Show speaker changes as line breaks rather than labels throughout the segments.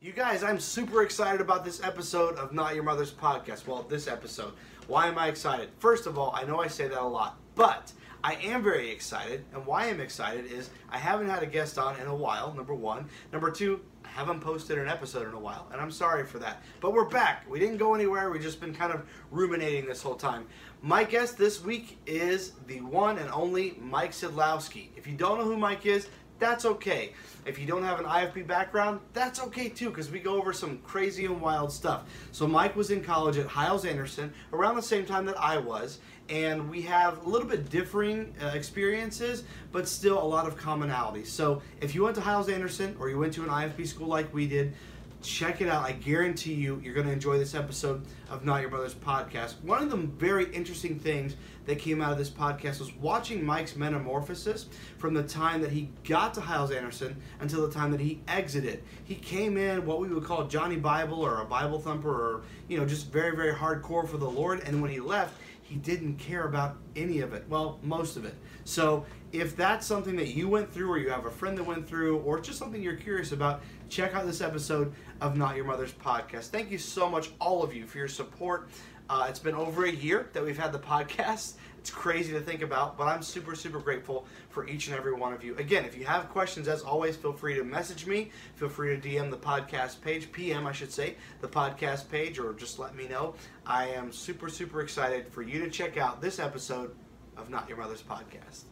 You guys, I'm super excited about this episode of Not Your Mother's Podcast. Well, this episode. Why am I excited? First of all, I know I say that a lot, but I am very excited. And why I'm excited is I haven't had a guest on in a while, number one. Number two, I haven't posted an episode in a while, and I'm sorry for that. But we're back. We didn't go anywhere. We've just been kind of ruminating this whole time. My guest this week is the one and only Mike Sidlowski. If you don't know who Mike is, that's okay. If you don't have an IFB background, that's okay too, because we go over some crazy and wild stuff. So Mike was in college at Hiles Anderson around the same time that I was, and we have a little bit differing uh, experiences, but still a lot of commonalities. So if you went to Hiles Anderson or you went to an IFB school like we did, check it out. I guarantee you, you're going to enjoy this episode of Not Your Brother's podcast. One of the very interesting things that came out of this podcast was watching Mike's metamorphosis from the time that he got to Hiles Anderson until the time that he exited. He came in what we would call Johnny Bible or a Bible thumper or, you know, just very, very hardcore for the Lord. And when he left, he didn't care about any of it. Well, most of it. So if that's something that you went through or you have a friend that went through or it's just something you're curious about, check out this episode of Not Your Mother's Podcast. Thank you so much, all of you, for your support. Uh, it's been over a year that we've had the podcast. It's crazy to think about, but I'm super, super grateful for each and every one of you. Again, if you have questions, as always, feel free to message me. Feel free to DM the podcast page, PM, I should say, the podcast page, or just let me know. I am super, super excited for you to check out this episode of Not Your Mother's Podcast.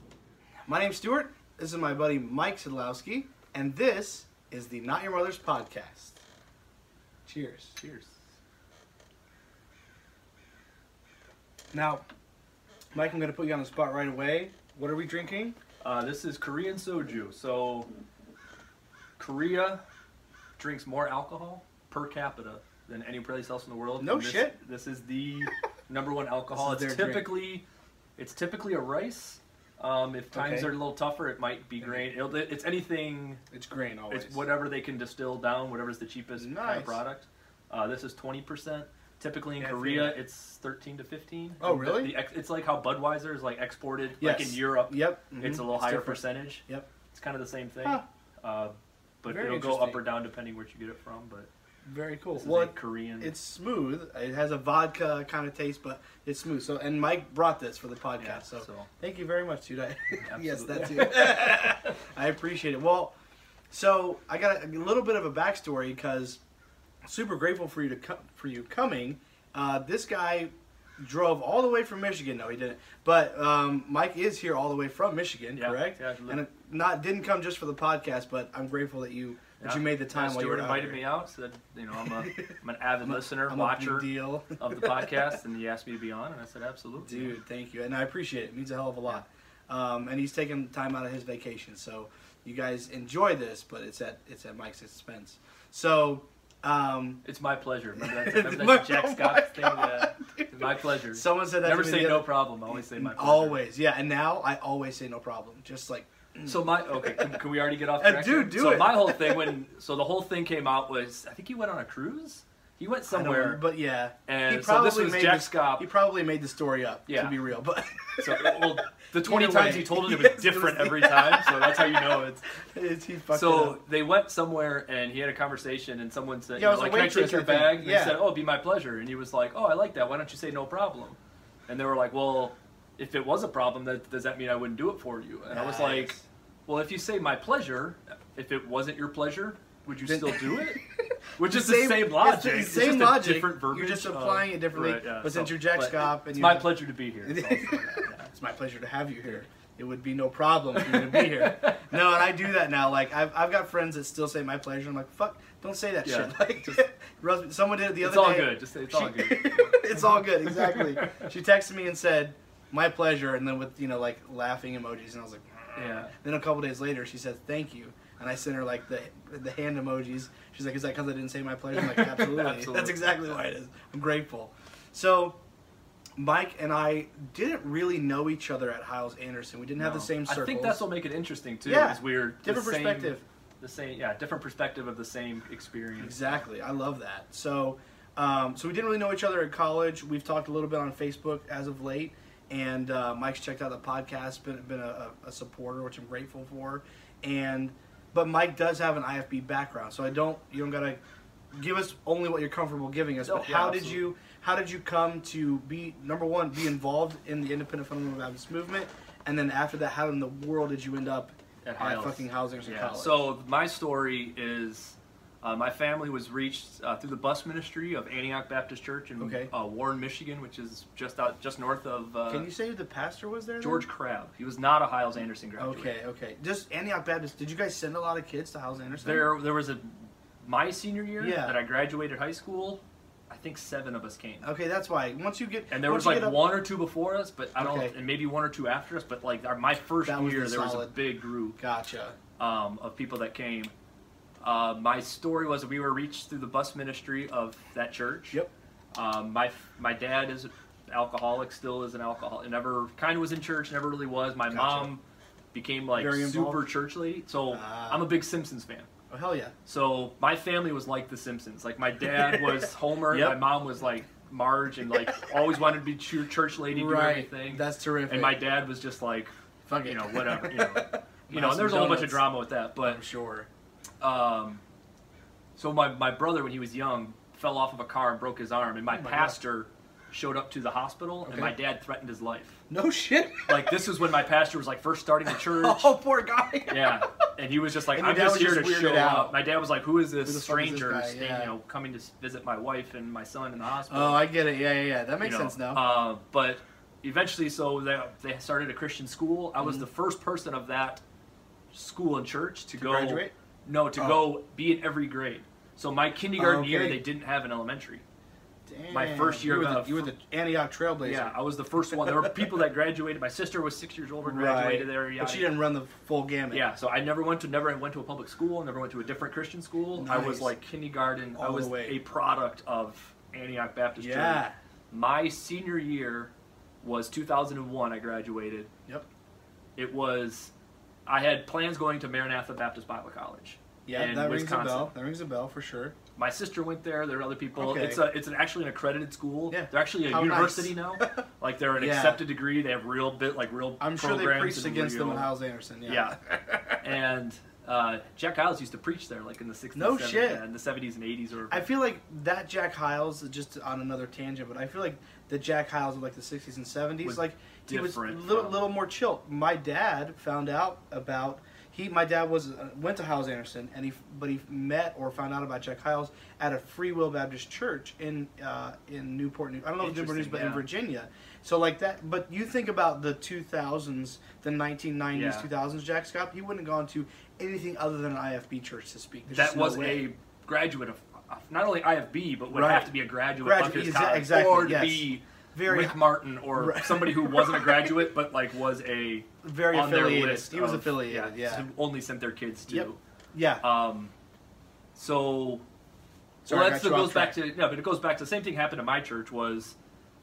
My name's Stuart. This is my buddy Mike Sidlowski, and this is the Not Your Mother's Podcast. Cheers.
Cheers.
Now, Mike, I'm going to put you on the spot right away. What are we drinking?
Uh, this is Korean soju. So, Korea drinks more alcohol per capita than any place else in the world.
No
And this,
shit.
This is the number one alcohol.
This
It's
is their drink.
typically, it's typically a rice. Um, if times
Okay.
are a little tougher, it might be grain. It'll, it's anything.
It's grain always.
It's whatever they can distill down. Whatever's the cheapest kind
Nice.
of product. Uh, this is twenty percent. Typically in
Yeah, I feel
Korea,
that.
it's thirteen to fifteen.
Oh, really?
The, ex, it's like how Budweiser is like exported, like
Yes.
in Europe.
Yep. mhm.
It's a little higher
different.
percentage.
Yep.
It's kind of the same thing.
Huh.
Uh, but
Very
it'll go up
interesting.
or down depending where you get it from. But
Very cool.
this is a
What?
Korean.
It's smooth. It has a vodka kind of taste, but it's smooth. So, and Mike brought this for the podcast.
yeah,
so.
so,
thank you very much, dude. I, yes,
Absolutely.
that's it. I appreciate it. Well, so I got a, a little bit of a backstory because super grateful for you to come for you coming. Uh, this guy drove all the way from Michigan. No, he didn't. But um, Mike is here all the way from Michigan,
Yeah,
correct?
yeah,
and it not didn't come just for the podcast, but I'm grateful that you that
Yeah,
you made the time.
yeah,
while you were
Stuart
out
invited
here.
me out, said you know I'm a I'm an avid listener,
I'm a
watcher
big deal,
of the podcast, and he asked me to be on, and I said absolutely.
dude. Thank you, and I appreciate it. It means a hell of a lot. Um, and he's taking time out of his vacation, so you guys enjoy this. But it's at it's at Mike's expense. So. Um,
It's my pleasure. Remember that, remember
My-
that Jack
oh my
Scott thing? uh, it's my pleasure.
Someone said that.
Never
to me
say
the
no
other-
problem. Always say my pleasure.
Always, yeah. And now I always say no problem. Just like
So my okay, can, can we already get off
Uh,
track?
dude,
here?
do
so
it.
my whole thing when so the whole thing came out was I think he went on a cruise. He went
I don't-
somewhere,
but yeah.
and so this was
made
Jack
this-
Scott.
He probably made the story up.
Yeah.
To be real, but
So well, the twenty
Either
times
way.
he told it, it was
Yes, it was-
different every time. So that's how you know it's.
it's, he fucked it
So
up.
they went somewhere and he had a conversation and someone said,
Yeah, it
you
was a
know, like, can I
weight
trace your
taker thing.
bag? And
Yeah.
he said, oh, it'd be my pleasure. And he was like, oh, I like that. Why don't you say no problem? And they were like, well, if it was a problem, that does that mean I wouldn't do it for you? And I was like,
Nice.
well, if you say my pleasure, if it wasn't your pleasure, would you
Then-
still do it? Which is the same, logic.
It's
It's
the same
just a
logic.
different verbiage
You're just
of-
applying it differently.
Right, yeah,
but since
so-
you're Jack
but
Scott, and
It's
you're
my pleasure to be here. It's also that, yeah.
it's my pleasure to have you here. It would be no problem for you to be here. No, and I do that now. Like I've, I've got friends that still say my pleasure. I'm like, fuck, don't say that
Yeah,
shit. Like,
just-
rubs me- someone did it the
it's
other
all
day.
good. Just say it's all
She-
good.
it's all good, exactly. She texted me and said, "My pleasure," and then with you know like laughing emojis, and I was like, "Mm."
Yeah.
Then a couple days later, she said, "Thank you," and I sent her like the the hand emojis. She's like, "Is that because I didn't say my pleasure?" I'm like, "Absolutely, that's
Absolutely.
exactly why it is." I'm grateful. So. Mike and I didn't really know each other at Hiles Anderson. We didn't have the
No.
same circles.
I think that's what make it interesting too.
Yeah.
Is we're the
different
same-
perspective.
The same, yeah, different perspective of the same experience.
Exactly. I love that. So, um, so we didn't really know each other at college. We've talked a little bit on Facebook as of late, and uh, Mike's checked out the podcast, been been a, a a supporter, which I'm grateful for. And but Mike does have an IFB background, so I don't you don't gotta give us only what you're comfortable giving us.
No,
but
yeah,
how did
absolutely.
you how did you come to be number one be involved in the independent fundamental Baptist movement, and then after that, how in the world did you end up
At
at,
Hiles.
fucking housings in
Yeah.
college?
So my story is, uh, my family was reached uh, through the bus ministry of Antioch Baptist Church in
Okay.
uh, Warren, Michigan, which is just out just north of uh,
can you say who the pastor was there? then?
George Crab. He was not a Hiles Anderson graduate.
Okay, okay. Just Antioch Baptist. Did you guys send a lot of kids to House Anderson?
There, there was a my senior year
Yeah.
that I graduated high school. I think seven of us came.
Okay, that's why. Once you get
And there
once
was
you
like
get up-
one or two before us, but I don't,
Okay.
and maybe one or two after us. But like our, my first
That was
year,
the
there was a
solid.
big group
Gotcha.
um, of people that came. Uh, my story was that we were reached through the bus ministry of that church.
Yep.
Um, my my dad is alcoholic, still is an alcoholic. Never kind of was in church, never really was. My
Gotcha.
mom became like
Very
super
involved?
church lady, so
Ah.
I'm a big Simpsons fan.
Oh hell yeah.
So my family was like The Simpsons. Like my dad was Homer,
Yep.
my mom was like Marge, and like always wanted to be chu- church lady, do everything.
That's terrific.
and my dad was just like,
Fuck
you
it.
know, whatever, you know, you know.
Mouse
And there's a whole bunch of
donuts.
drama with that, but
I'm sure.
um, so my, my brother, when he was young, fell off of a car and broke his arm, and my,
Oh my God.
pastor showed up to the hospital,
Okay.
and my dad threatened his life.
No shit.
Like this is when my pastor was like first starting the church.
oh poor guy.
Yeah, and he was just like,
And your
"I'm
dad
just
was
here
just
to
weirded
show
out.
up." My dad was like, "Who is this
Who the fuck is this
stranger,
guy?
staying,
Yeah.
you know, coming to s- visit my wife and my son in the hospital?"
Oh, I get it. Yeah, yeah, yeah. That
You
makes
know,
sense now.
Uh, but eventually, so they, they started a Christian school. I was
Mhm.
the first person of that school and church to,
To
go
graduate?
No, to
Oh.
go be in every grade. So my kindergarten year,
okay.
they didn't have an elementary.
Damn.
my first year
you were,
of,
the,
uh,
you were the Antioch Trailblazer.
Yeah, I was the first one. There were people that graduated. My sister was six years older, graduated there.
Right.
yada,
But she
yada.
didn't run the full gamut.
Yeah, so I never went to never went to a public school. Never went to a different Christian school. I was
Nice.
like kindergarten. I
All the
was
way.
a product of Antioch Baptist
Yeah.
Church. My senior year was 2001. I graduated.
Yep.
It was I had plans going to Maranatha Baptist Bible College.
Yeah.
in
that rings
Wisconsin.
a bell. That rings a bell for sure.
My sister went there. There are other people.
Okay.
It's a it's an, actually an accredited school.
Yeah.
They're actually a
How nice.
university now. Like they're an
Yeah.
accepted degree. They have real bit like real.
I'm sure they
programs
preached
and
against them
real-
at House Anderson. Yeah.
yeah. and uh, Jack Hiles used to preach there, like in the 60s.
No
and 70s,
shit.
yeah, in the 70s and 80s, or
I feel like that Jack Hiles just on another tangent, but I feel like the Jack Hiles of like the '60s and '70s,
Was
like he was a
different
little,
from-
little more chill. My dad found out about he. My dad was uh, went to Hiles Anderson, and he but he met or found out about Jack Hiles at a Free Will Baptist church in uh, in Newport News. I don't know if Newport News,
Interesting,
but in
yeah.
Virginia. So like that, but you think about the 2000s, the 1990s,
Yeah.
2000s. Jack Scott, he wouldn't have gone to anything other than an IFB church to speak. There's just
that
no
was
way.
a graduate of of not only IFB, but would
Right.
have to be a graduate
Graduate,
of his
exa-
college,
exactly,
or to
yes.
be
very
Rick Martin, or
Right.
somebody who wasn't a graduate but like was a
very
on
affiliated.
their list.
he was
of-
affiliated. Yeah.
who only sent their kids to.
Yep. Yeah.
Um, so
Sorry, I
well, that's
got
it
you
goes
off
back to no, but it goes back to the same thing happened in my church was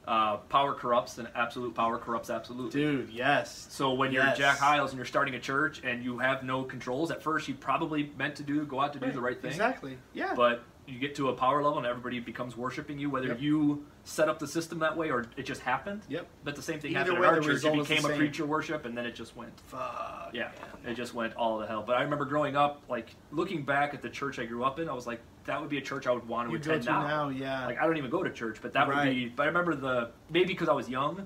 uh, power corrupts and absolute power corrupts absolute.
Dude, yes.
So when you're
Yes.
Jack Hiles and you're starting a church and you have no controls, at first you probably meant to do go out to do the right thing,
Exactly. Yeah.
but you get to a power level and everybody becomes worshiping you, whether
Yep.
you set up the system that way or it just happened.
yep.
But the same thing
Either
happened
way,
in our
the
church. It
result is the
became a
same.
preacher worship, and then it just went.
Fuck.
Yeah,
man.
it just went all the hell. But I remember growing up, like looking back at the church I grew up in, I was like, that would be a church I would want to
You go
attend
to now, yeah.
Like I don't even go to church, but that would
Right.
be. But I remember the maybe because I was young,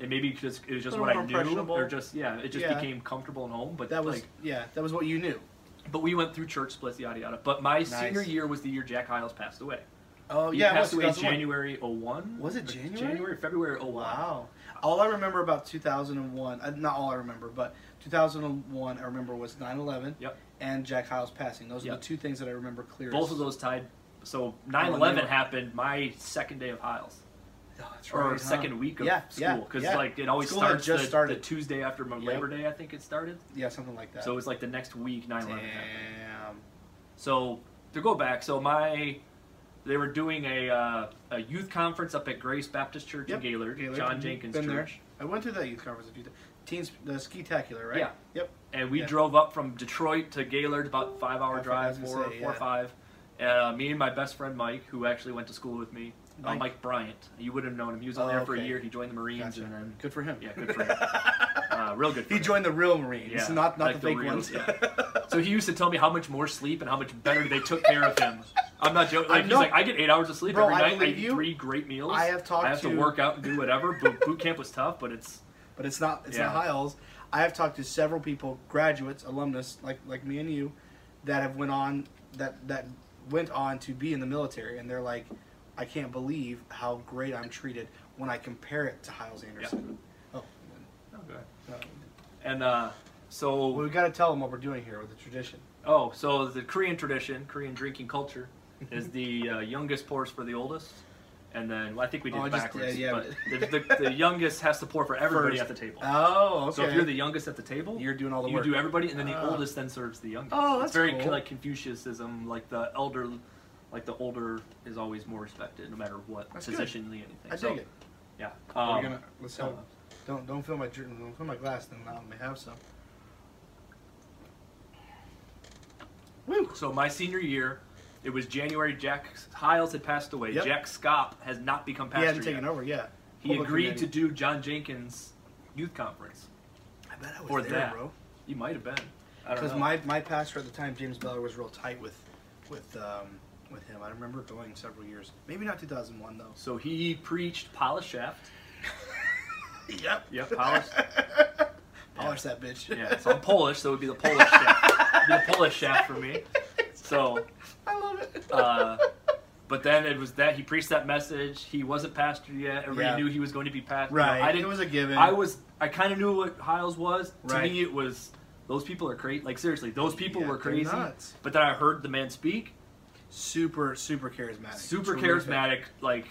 and maybe because it was just
Little
what I
more
knew,
impressionable.
or just yeah, it just
Yeah.
became comfortable and home. But
that was
like,
yeah. That was what you knew.
but we went through church splits, yada yada. But my senior year was the year Jack Hiles passed away.
Oh
he
yeah.
passed
it
away
was 2001.
January 01.
Was it
Or
January?
January, February 01.
Wow. All I remember about 2001, uh, not all I remember, but 2001 I remember was 9/11
Yep.
and Jack Hiles passing. Those are
Yep.
the two things that I remember clearest.
Both of those tied. So
they
9/11
were-
happened my second day of Hiles.
Oh, that's
or
right, huh?
second week of
Yeah, yeah,
school because
yeah.
like it always
School had
starts
just
the,
started.
the Tuesday after my
Yep.
Labor Day I think it started
Yeah, something like that.
so it was like the next week 9/11
damn.
happened so to go back so my they were doing a uh, a youth conference up at Grace Baptist Church
Yep,
in Gaylord,
Gaylord,
John
mhm,
Jenkins
been there.
Church
I went to that youth conference a few times. Teens, the ski tacular, right?
Yeah.
Yep.
and we
Yeah.
drove up from Detroit to Gaylord about five hour
That's what I was
drive
gonna
four
say,
four or
yeah.
five and uh, me and my best friend Mike who actually went to school with me Mike, uh,
Mike.
Mike Bryant you would have known him he was on
Oh,
there for a
okay.
year he joined the Marines
Gotcha.
and then
Good for him.
yeah good for him Nah, Uh, real good. for
He
him.
joined the real Marines,
Yeah,
not not
like
the fake
real-
ones.
yeah. so he used to tell me how much more sleep and how much better they took care of him. I'm not joking.
I
Like, he's
know.
like, I get eight hours of sleep
Bro,
every
I
night. I
believe
eat
you.
three great meals.
I have talked
I have to,
to-
work out and do whatever. Boot, boot camp was tough, but it's
but it's not it's
Yeah.
not Hiles. I have talked to several people, graduates, alumnus like like me and you, that have went on that that went on to be in the military, and they're like, I can't believe how great I'm treated when I compare it to Hiles Anderson. Oh,
and uh, so
well, we got to tell them what we're doing here with the tradition.
Oh, so the Korean tradition, Korean drinking culture, is the uh, youngest pours for the oldest, and then well, I think we did
Oh, I just-
backwards.
yeah, yeah, we
but the, the, the youngest has to pour for everybody
First.
at the table.
Oh, okay.
So if you're the youngest at the table,
You're doing all the
you
work.
do everybody, and then the
Ah.
oldest then serves the youngest.
Oh, that's
it's very
cool.
like Confucianism, like the elder, like the older is always more respected, no matter what
That's good.
position you anything.
I dig
so,
it.
Yeah.
We're
Um,
gonna let's have, don't don't fill my dr- don't fill my glass. Then I may have some. Woo!
So my senior year, it was January. Jack Hiles had passed away.
Yet.
Jack Scott has not become
He
pastor
hadn't
yet.
taken over. Yeah.
He
Public
agreed
committee.
to do John Jenkins' youth conference.
I bet I was
for
there,
that.
bro.
You might have been. I don't
Because
know.
my, my pastor at the time, James Beller, was real tight with with um, with him. I remember going several years, maybe not 2001 though.
so he preached Polish Shaft.
Yep.
Yep, Polish.
Polish that bitch.
yeah, so I'm Polish, so it would be the Polish Shaft. It'd be the Polish Shaft for me. So,
I love it.
uh, but then it was that he preached that message. He wasn't pastor yet. Everybody
Yeah.
knew he was going to be pastor.
right.
I didn't.
it was a given.
I was. I kind of knew what Hiles was. To
Right.
me, it was those people are crazy. Like seriously, those people
Yeah,
were
they're
crazy.
nuts.
But then I heard the man speak,
super super charismatic.
super
Terrific.
charismatic, like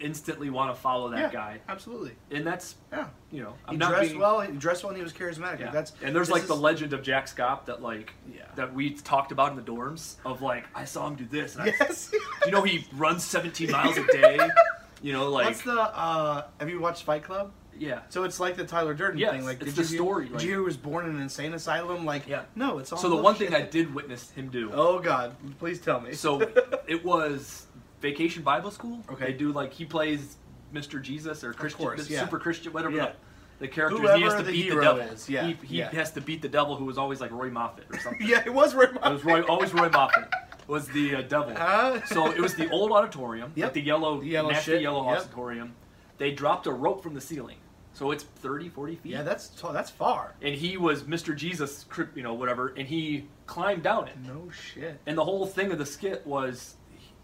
instantly want to follow that
yeah,
guy.
Absolutely.
And that's
Yeah.
you know,
He
I'm not
dressed
being,
well. He dressed well, and he was charismatic.
Yeah.
Like, that's
and there's
this
like the
is-
legend of Jack Scott that like
Yeah.
that we talked about in the dorms of like I saw him do this. And I,
yes.
you know, he runs 17 miles a day. You know, like
What's the? Uh, have you watched Fight Club?
yeah.
So it's like the Tyler Durden
Yes,
thing. Like, did
it's the
you, hear-
story,
Did
like-
you hear he was born in an insane asylum? Like,
Yeah.
no, it's all.
So the
bullshit.
one thing I did witness him do.
Oh God! Please tell me.
So it was Vacation Bible School.
Okay.
They do like he plays Mr. Jesus or Christian,
course, yeah.
super Christian, whatever
Yeah.
the, the character is.
Whoever
He has to
the
beat the
hero
devil.
is, yeah,
He, he
yeah.
has to beat the devil who was always like Roy Moffat or something.
yeah, it was Roy.
It was Roy, always Roy Moffat was the uh, devil.
Uh,
So it was the old auditorium,
Yep.
like the yellow,
The yellow
nasty
shit,
yellow
yep.
auditorium. They dropped a rope from the ceiling, so it's 30, 40 feet.
yeah, that's tall. That's far.
and he was Mr. Jesus, cri- you know, whatever, and he climbed down it.
No shit.
And the whole thing of the skit was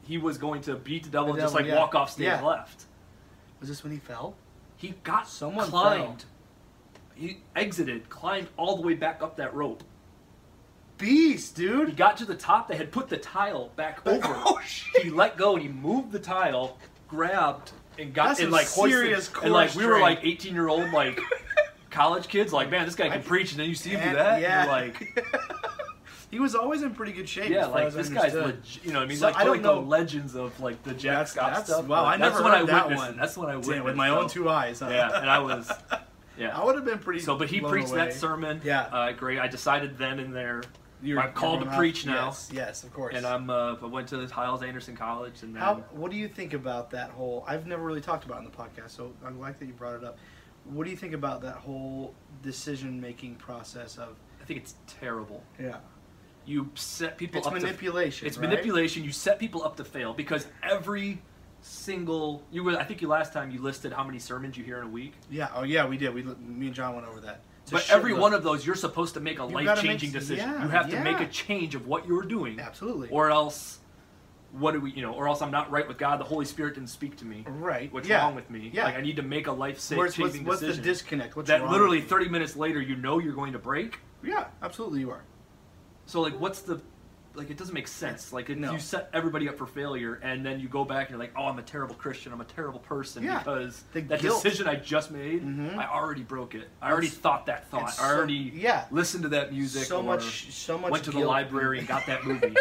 he was going to beat the devil
The
and just
devil,
like
yeah.
walk off stage
Yeah.
left.
Was this when he fell?
He got
Someone
climbed. He exited, climbed all the way back up that rope.
Beast,
He
dude.
got to the top. They had put the tile back over.
Oh shit!
he let go and he moved the tile, grabbed and got
That's
and
a
like hoisted-
serious
and like
core
we were
strength.
like eighteen year old like college kids like man this guy can
I-
preach and then you see him
And-
do that
yeah.
and you're like
He was always in pretty good shape.
yeah
as far
like
as I
this guy's
understood.
legit you know what I mean
So
like
I
they're,
don't
like
know-
the legends of like the Jack
That's-
Scott
that's-
stuff
wow,
like,
I
that's
never
when I
heard that
witnessed
one.
it. that's when I witnessed
Damn, with my
it,
own
so-
two eyes. Huh?
yeah and I was yeah
I would have been pretty.
so but he
blown
preached
away.
that sermon
Yeah.
uh, great I decided then and there
You're-
I'm called
you're
to
going
preach
off-
now.
Yes, yes, of course.
and I'm uh, I went to the Hiles Anderson College and then
How? What do you think about that whole? I've never really talked about it in the podcast, so I like that you brought it up. What do you think about that whole decision making process of?
I think it's terrible
Yeah,
you set people
it's
up to
manipulation.
It's
right?
manipulation. You set people up to fail because every single you were. I think you last time you listed how many sermons you hear in a week,
Yeah. Oh yeah, we did. We me and John went over that. It's a
but every
shitload.
one of those you're supposed to make a
You gotta
life changing
make-
decision.
yeah,
you have to
yeah.
make a change of what you're doing,
absolutely
or else, what do we? You know, or else I'm not right with God. The Holy Spirit didn't speak to me.
right.
What's
yeah.
wrong with me?
Yeah.
Like I need to make a life
Where's- what's,
changing
what's the
decision.
disconnect? What's
that
wrong
literally
with
30 minutes later you know you're going to break.
you? Yeah, absolutely you are.
So like, what's the like? It doesn't make sense. Like, if
No.
you set everybody up for failure, and then you go back and you're like, "Oh, I'm a terrible Christian. I'm a terrible person
Yeah.
because
The
that
guilt.
decision I just made,
Mhm.
I already broke it. I already
It's-
thought that thought.
it's
I
so-
already
yeah.
listened to that music.
so
or
much, so much.
went to the
guilt.
library and got that movie.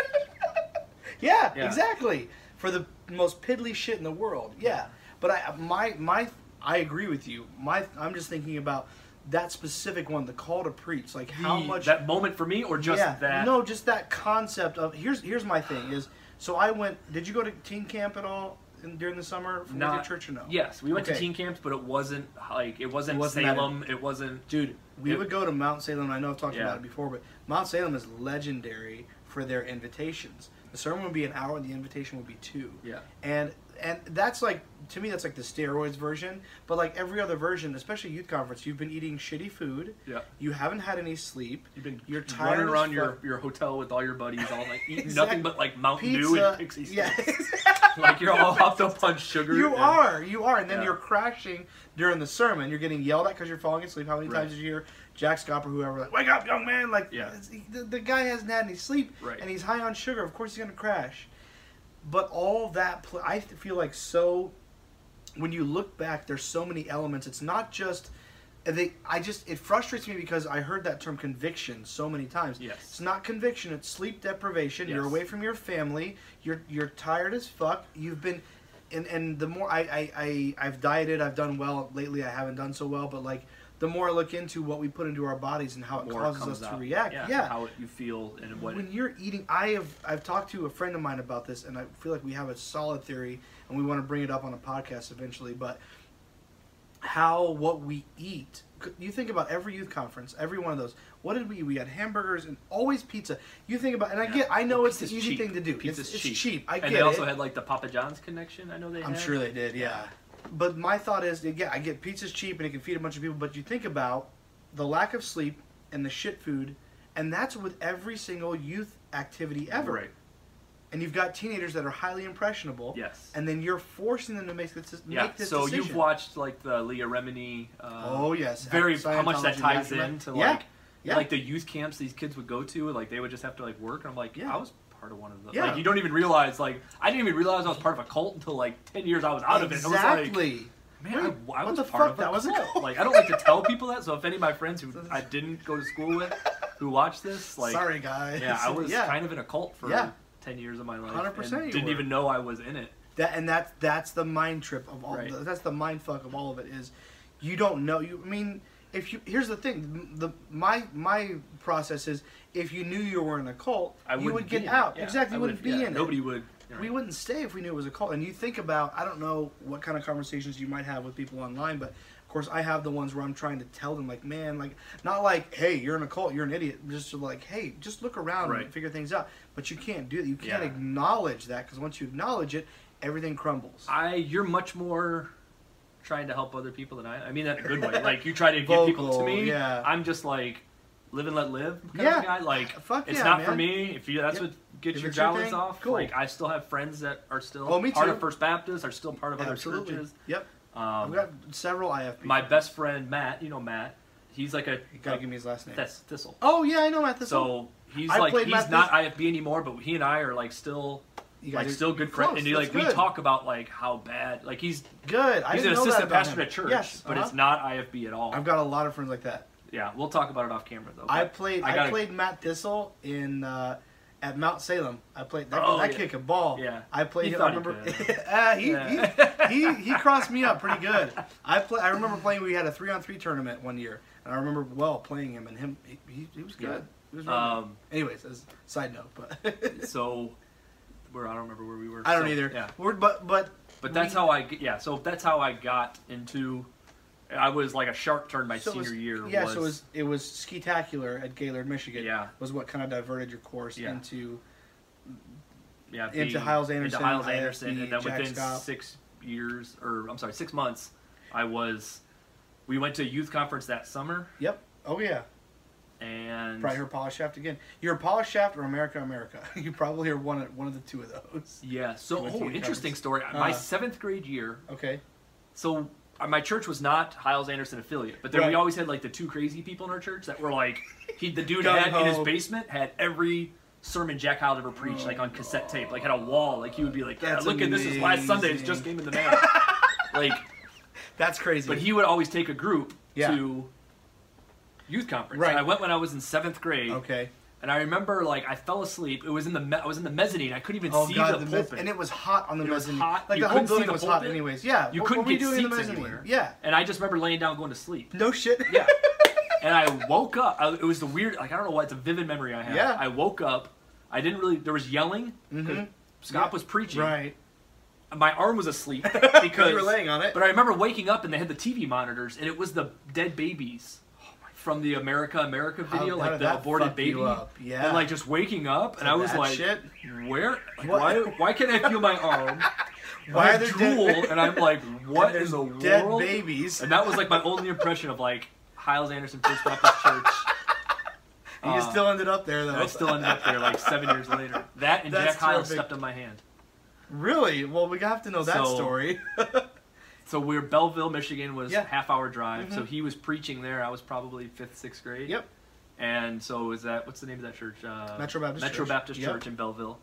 Yeah,
Yeah.
exactly. For the most piddly shit in the world. Yeah. But I my my I agree with you. My I'm just thinking about that specific one, the call to preach. Like how
The-
much
that moment for me, or just
yeah,
that?
No, just that concept of here's here's my thing is so I went did you go to teen camp at all in, during the summer from
Not-
your church or no?
Yes, we went to
Okay.
teen camps, but it wasn't like it wasn't,
It wasn't that-
Salem. It wasn't.
Dude, we
It-
would go to Mount Salem. I know I've talked
Yeah.
about it before, but Mount Salem is legendary for their invitations. The sermon would be an hour, and the invitation would be two.
Yeah.
And and that's like to me that's like the steroids version, but like every other version, especially youth conference, you've been eating shitty food.
Yeah.
You haven't had any sleep.
You've been
You're tired
running
as
around your,
fuck.
your hotel with all your buddies, all like eating
Exact-
nothing but like Mountain Dew and Pixie Sticks.
Yeah.
like you're all hopped up on sugar.
You
and-
are, you are, and then
Yeah.
you're crashing during the sermon. You're getting yelled at because you're falling asleep. How many
Right.
times did you hear Jack Scott or whoever like, "Wake up, young man!" Like,
Yeah.
it's- the, the guy hasn't had any sleep,
Right.
and he's high on sugar. Of course, he's gonna crash. But all that, pl- I feel like so. When you look back, there's so many elements. It's not just. They, I just it frustrates me because I heard that term conviction so many times.
Yes.
It's not conviction, it's sleep deprivation. You're
Yes.
away from your family. You're you're tired as fuck. You've been, and and the more I I, I I've dieted, I've done well lately. I haven't done so well, but like the more I look into what we put into our bodies and how it
More
causes
comes
us to
out.
react,
Yeah,
yeah.
How you feel and what.
when you're eating, I have I've talked to a friend of mine about this, and I feel like we have a solid theory, and we want to bring it up on a podcast eventually. But how what we eat. C- You think about every youth conference, every one of those. What did we eat? We had hamburgers and always pizza. You think about, and I
Yeah.
get, I know
Well,
it's the
pizza's
easy
cheap.
thing to do.
Pizza's
it's, it's
cheap.
cheap. I get
and they also
it.
had like the Papa John's connection. I know they.
I'm
had.
sure they did, yeah. But my thought is, yeah, I get pizza's cheap and it can feed a bunch of people, but you think about the lack of sleep and the shit food, and that's with every single youth activity ever.
Right.
And you've got teenagers that are highly impressionable.
Yes.
And then you're forcing them to make this,
yeah.
make this
so
decision.
you've watched like the Leah Remini. Uh,
Oh, yes.
Very how much that
Scientology
ties
document.
into
Yeah,
like
yeah.
like the youth camps these kids would go to. Like they would just have to like work. And I'm like,
Yeah.
I was part of one of those.
Yeah.
Like you don't even realize. Like I didn't even realize I was part of a cult until like ten years I was out of it. I was like,
Exactly.
Man, I,
Wait,
I
what
was
the
part
fuck?
of
That was a
cult.
cult.
Like, I don't like to tell people that. So if any of my friends who I didn't go to school with, who watch this, like,
Sorry, guys.
yeah, I was
yeah.
kind of in a cult for
Yeah.
ten years of my life.
100%
and
you
Didn't
were.
even know I was in it.
That and that's that's the mind trip of all.
Right.
The, that's the mind fuck of all of it is, you don't know. You I mean, if you here's the thing. The my my process is if you knew you were in a cult,
I
you would
wouldn't be
get
in it.
out.
Yeah,
Exactly,
I
you wouldn't be
yeah,
in
Nobody
it.
would. you're
We
right.
wouldn't stay if we knew it was a cult. And you think about I don't know what kind of conversations you might have with people online, but of course I have the ones where I'm trying to tell them like, man, like not like, hey, you're in a cult, you're an idiot. Just like, hey, just look around
Right.
and figure things out. But you can't do that. You can't
Yeah.
acknowledge that because once you acknowledge it, everything crumbles.
I you're much more trying to help other people than I. I mean that in a good way. Like you try to get people to
Vocal,
me.
yeah.
I'm just like live and let live kind
Yeah.
of guy. Like
Fuck
it's
yeah,
not for
man.
me. If you that's
Yeah.
what gets
If
your
it's your
jowls
thing,
off.
cool.
Like I still have friends that are still
Oh, me
part
too.
of First Baptist, are still part of other churches.
Yep. I've
Um,
got several IFP.
my best friend Matt, you know Matt, he's like a
You gotta give me his last name.
Thess- thistle.
oh yeah, I know Matt. This
So he's
I
like
played
he's
Matt
not IFB anymore, but he and I are like still
you
like
guys are
still good friends.
close,
And he,
that's
like we
good.
talk about like how bad like he's
Good. I
He's an
didn't know that
assistant
about
pastor
him.
at church,
Yes,
but
uh-huh.
it's not IFB at all.
I've got a lot of friends like that.
yeah, we'll talk about it off camera though.
I
but
played. I,
I gotta-
played Matt Thistle in uh, at Mount Salem. I played that.
Oh,
that
yeah.
kick a ball.
Yeah.
I played.
He
him. I
thought he
remember.
could.
uh, he,
Yeah.
he, he he crossed me up pretty good. I play. I remember playing. We had a three on three tournament one year, and I remember well playing him. And him, he, he, he was
Yeah.
good. He was really good.
Um,
Anyways, as a side note, but
so where I don't remember where we were.
I don't
so,
either.
Yeah,
We're, but but
but that's
we-
how I g- yeah. So that's how I got into. I was like a sharp turn my
so it
senior
was-
year.
Yeah,
was,
so it was it was skitacular at Gaylord, Michigan.
Yeah.
was what kind of diverted your course
Yeah.
into
yeah,
into
being-
Hiles
into
Anderson,
Hiles
IFB,
Anderson, and then
Jack
within
Scott.
six years, or I'm sorry, six months, I was. We went to a youth conference that summer,
Yep. Oh yeah.
and
Probably hear Polish Shaft again. You're Polish Shaft or America America. You probably hear one of- one of the two of those.
yeah. So
Went to
oh,
youth
interesting
conference.
story. My
Uh-huh.
seventh grade year,
Okay.
so uh, my church was not Hiles Anderson affiliate, but then we
Right.
always had like the two crazy people in our church that were like, he the dude
Gung
had in his
ho.
basement had every sermon Jack Hiles ever preached like on cassette tape, like had a wall, like he would be like, yeah,
That's
look at this is last Sunday, it's
amazing.
just came in the mail, like.
That's crazy.
But he would always take a group
Yeah.
to youth conference.
Right.
And I went when I was in seventh grade,
okay.
and I remember like I fell asleep. It was in the me- I was in the mezzanine. I couldn't even
Oh
see
god, the
the
mez-
pulpit,
and it was hot on the
It was
mezzanine.
hot.
Like
You
the whole
couldn't see
building
the
was hot,
pulpit.
anyways. Yeah.
you
What-
couldn't
what were you
get
doing in the
seats
mezzanine?
anywhere.
Yeah.
and I just remember laying down going to sleep.
No shit.
Yeah, and I woke up. I, it was the weird. Like I don't know why. It's a vivid memory I have.
Yeah.
I woke up. I didn't really. There was yelling. 'cause
Mhm.
Scott
Yeah.
was preaching.
right.
my arm was asleep
because
because
you were laying on it.
But I remember waking up and they had the TV monitors, and it was the dead babies from the America America
How-
video,
how
like
did
the
that
aborted
fuck you
baby,
up? Yeah.
and like just waking up, and I was
that
like,
shit.
where? Like,
What?
why? Why can't I feel my arm?
Why
Why
are
I
there dead
drool,
babies?
and I'm like, what
There's
in the
dead
world?
babies.
And that was like my only impression of like Hiles Anderson First Baptist Church.
you
Uh,
still ended up there though.
I still ended up there like seven years later. That and
That's
Jack Hiles
terrific.
stepped on my hand.
Really? Well, we have to know that
So-
story.
So we are Belleville, Michigan was
Yeah.
half hour drive. So
Mhm.
he was preaching there. I was probably fifth, sixth grade.
Yep.
And so was that what's the name of that church? Uh,
Metro Baptist
Metro
Church.
Baptist
Yep.
Church in Belleville.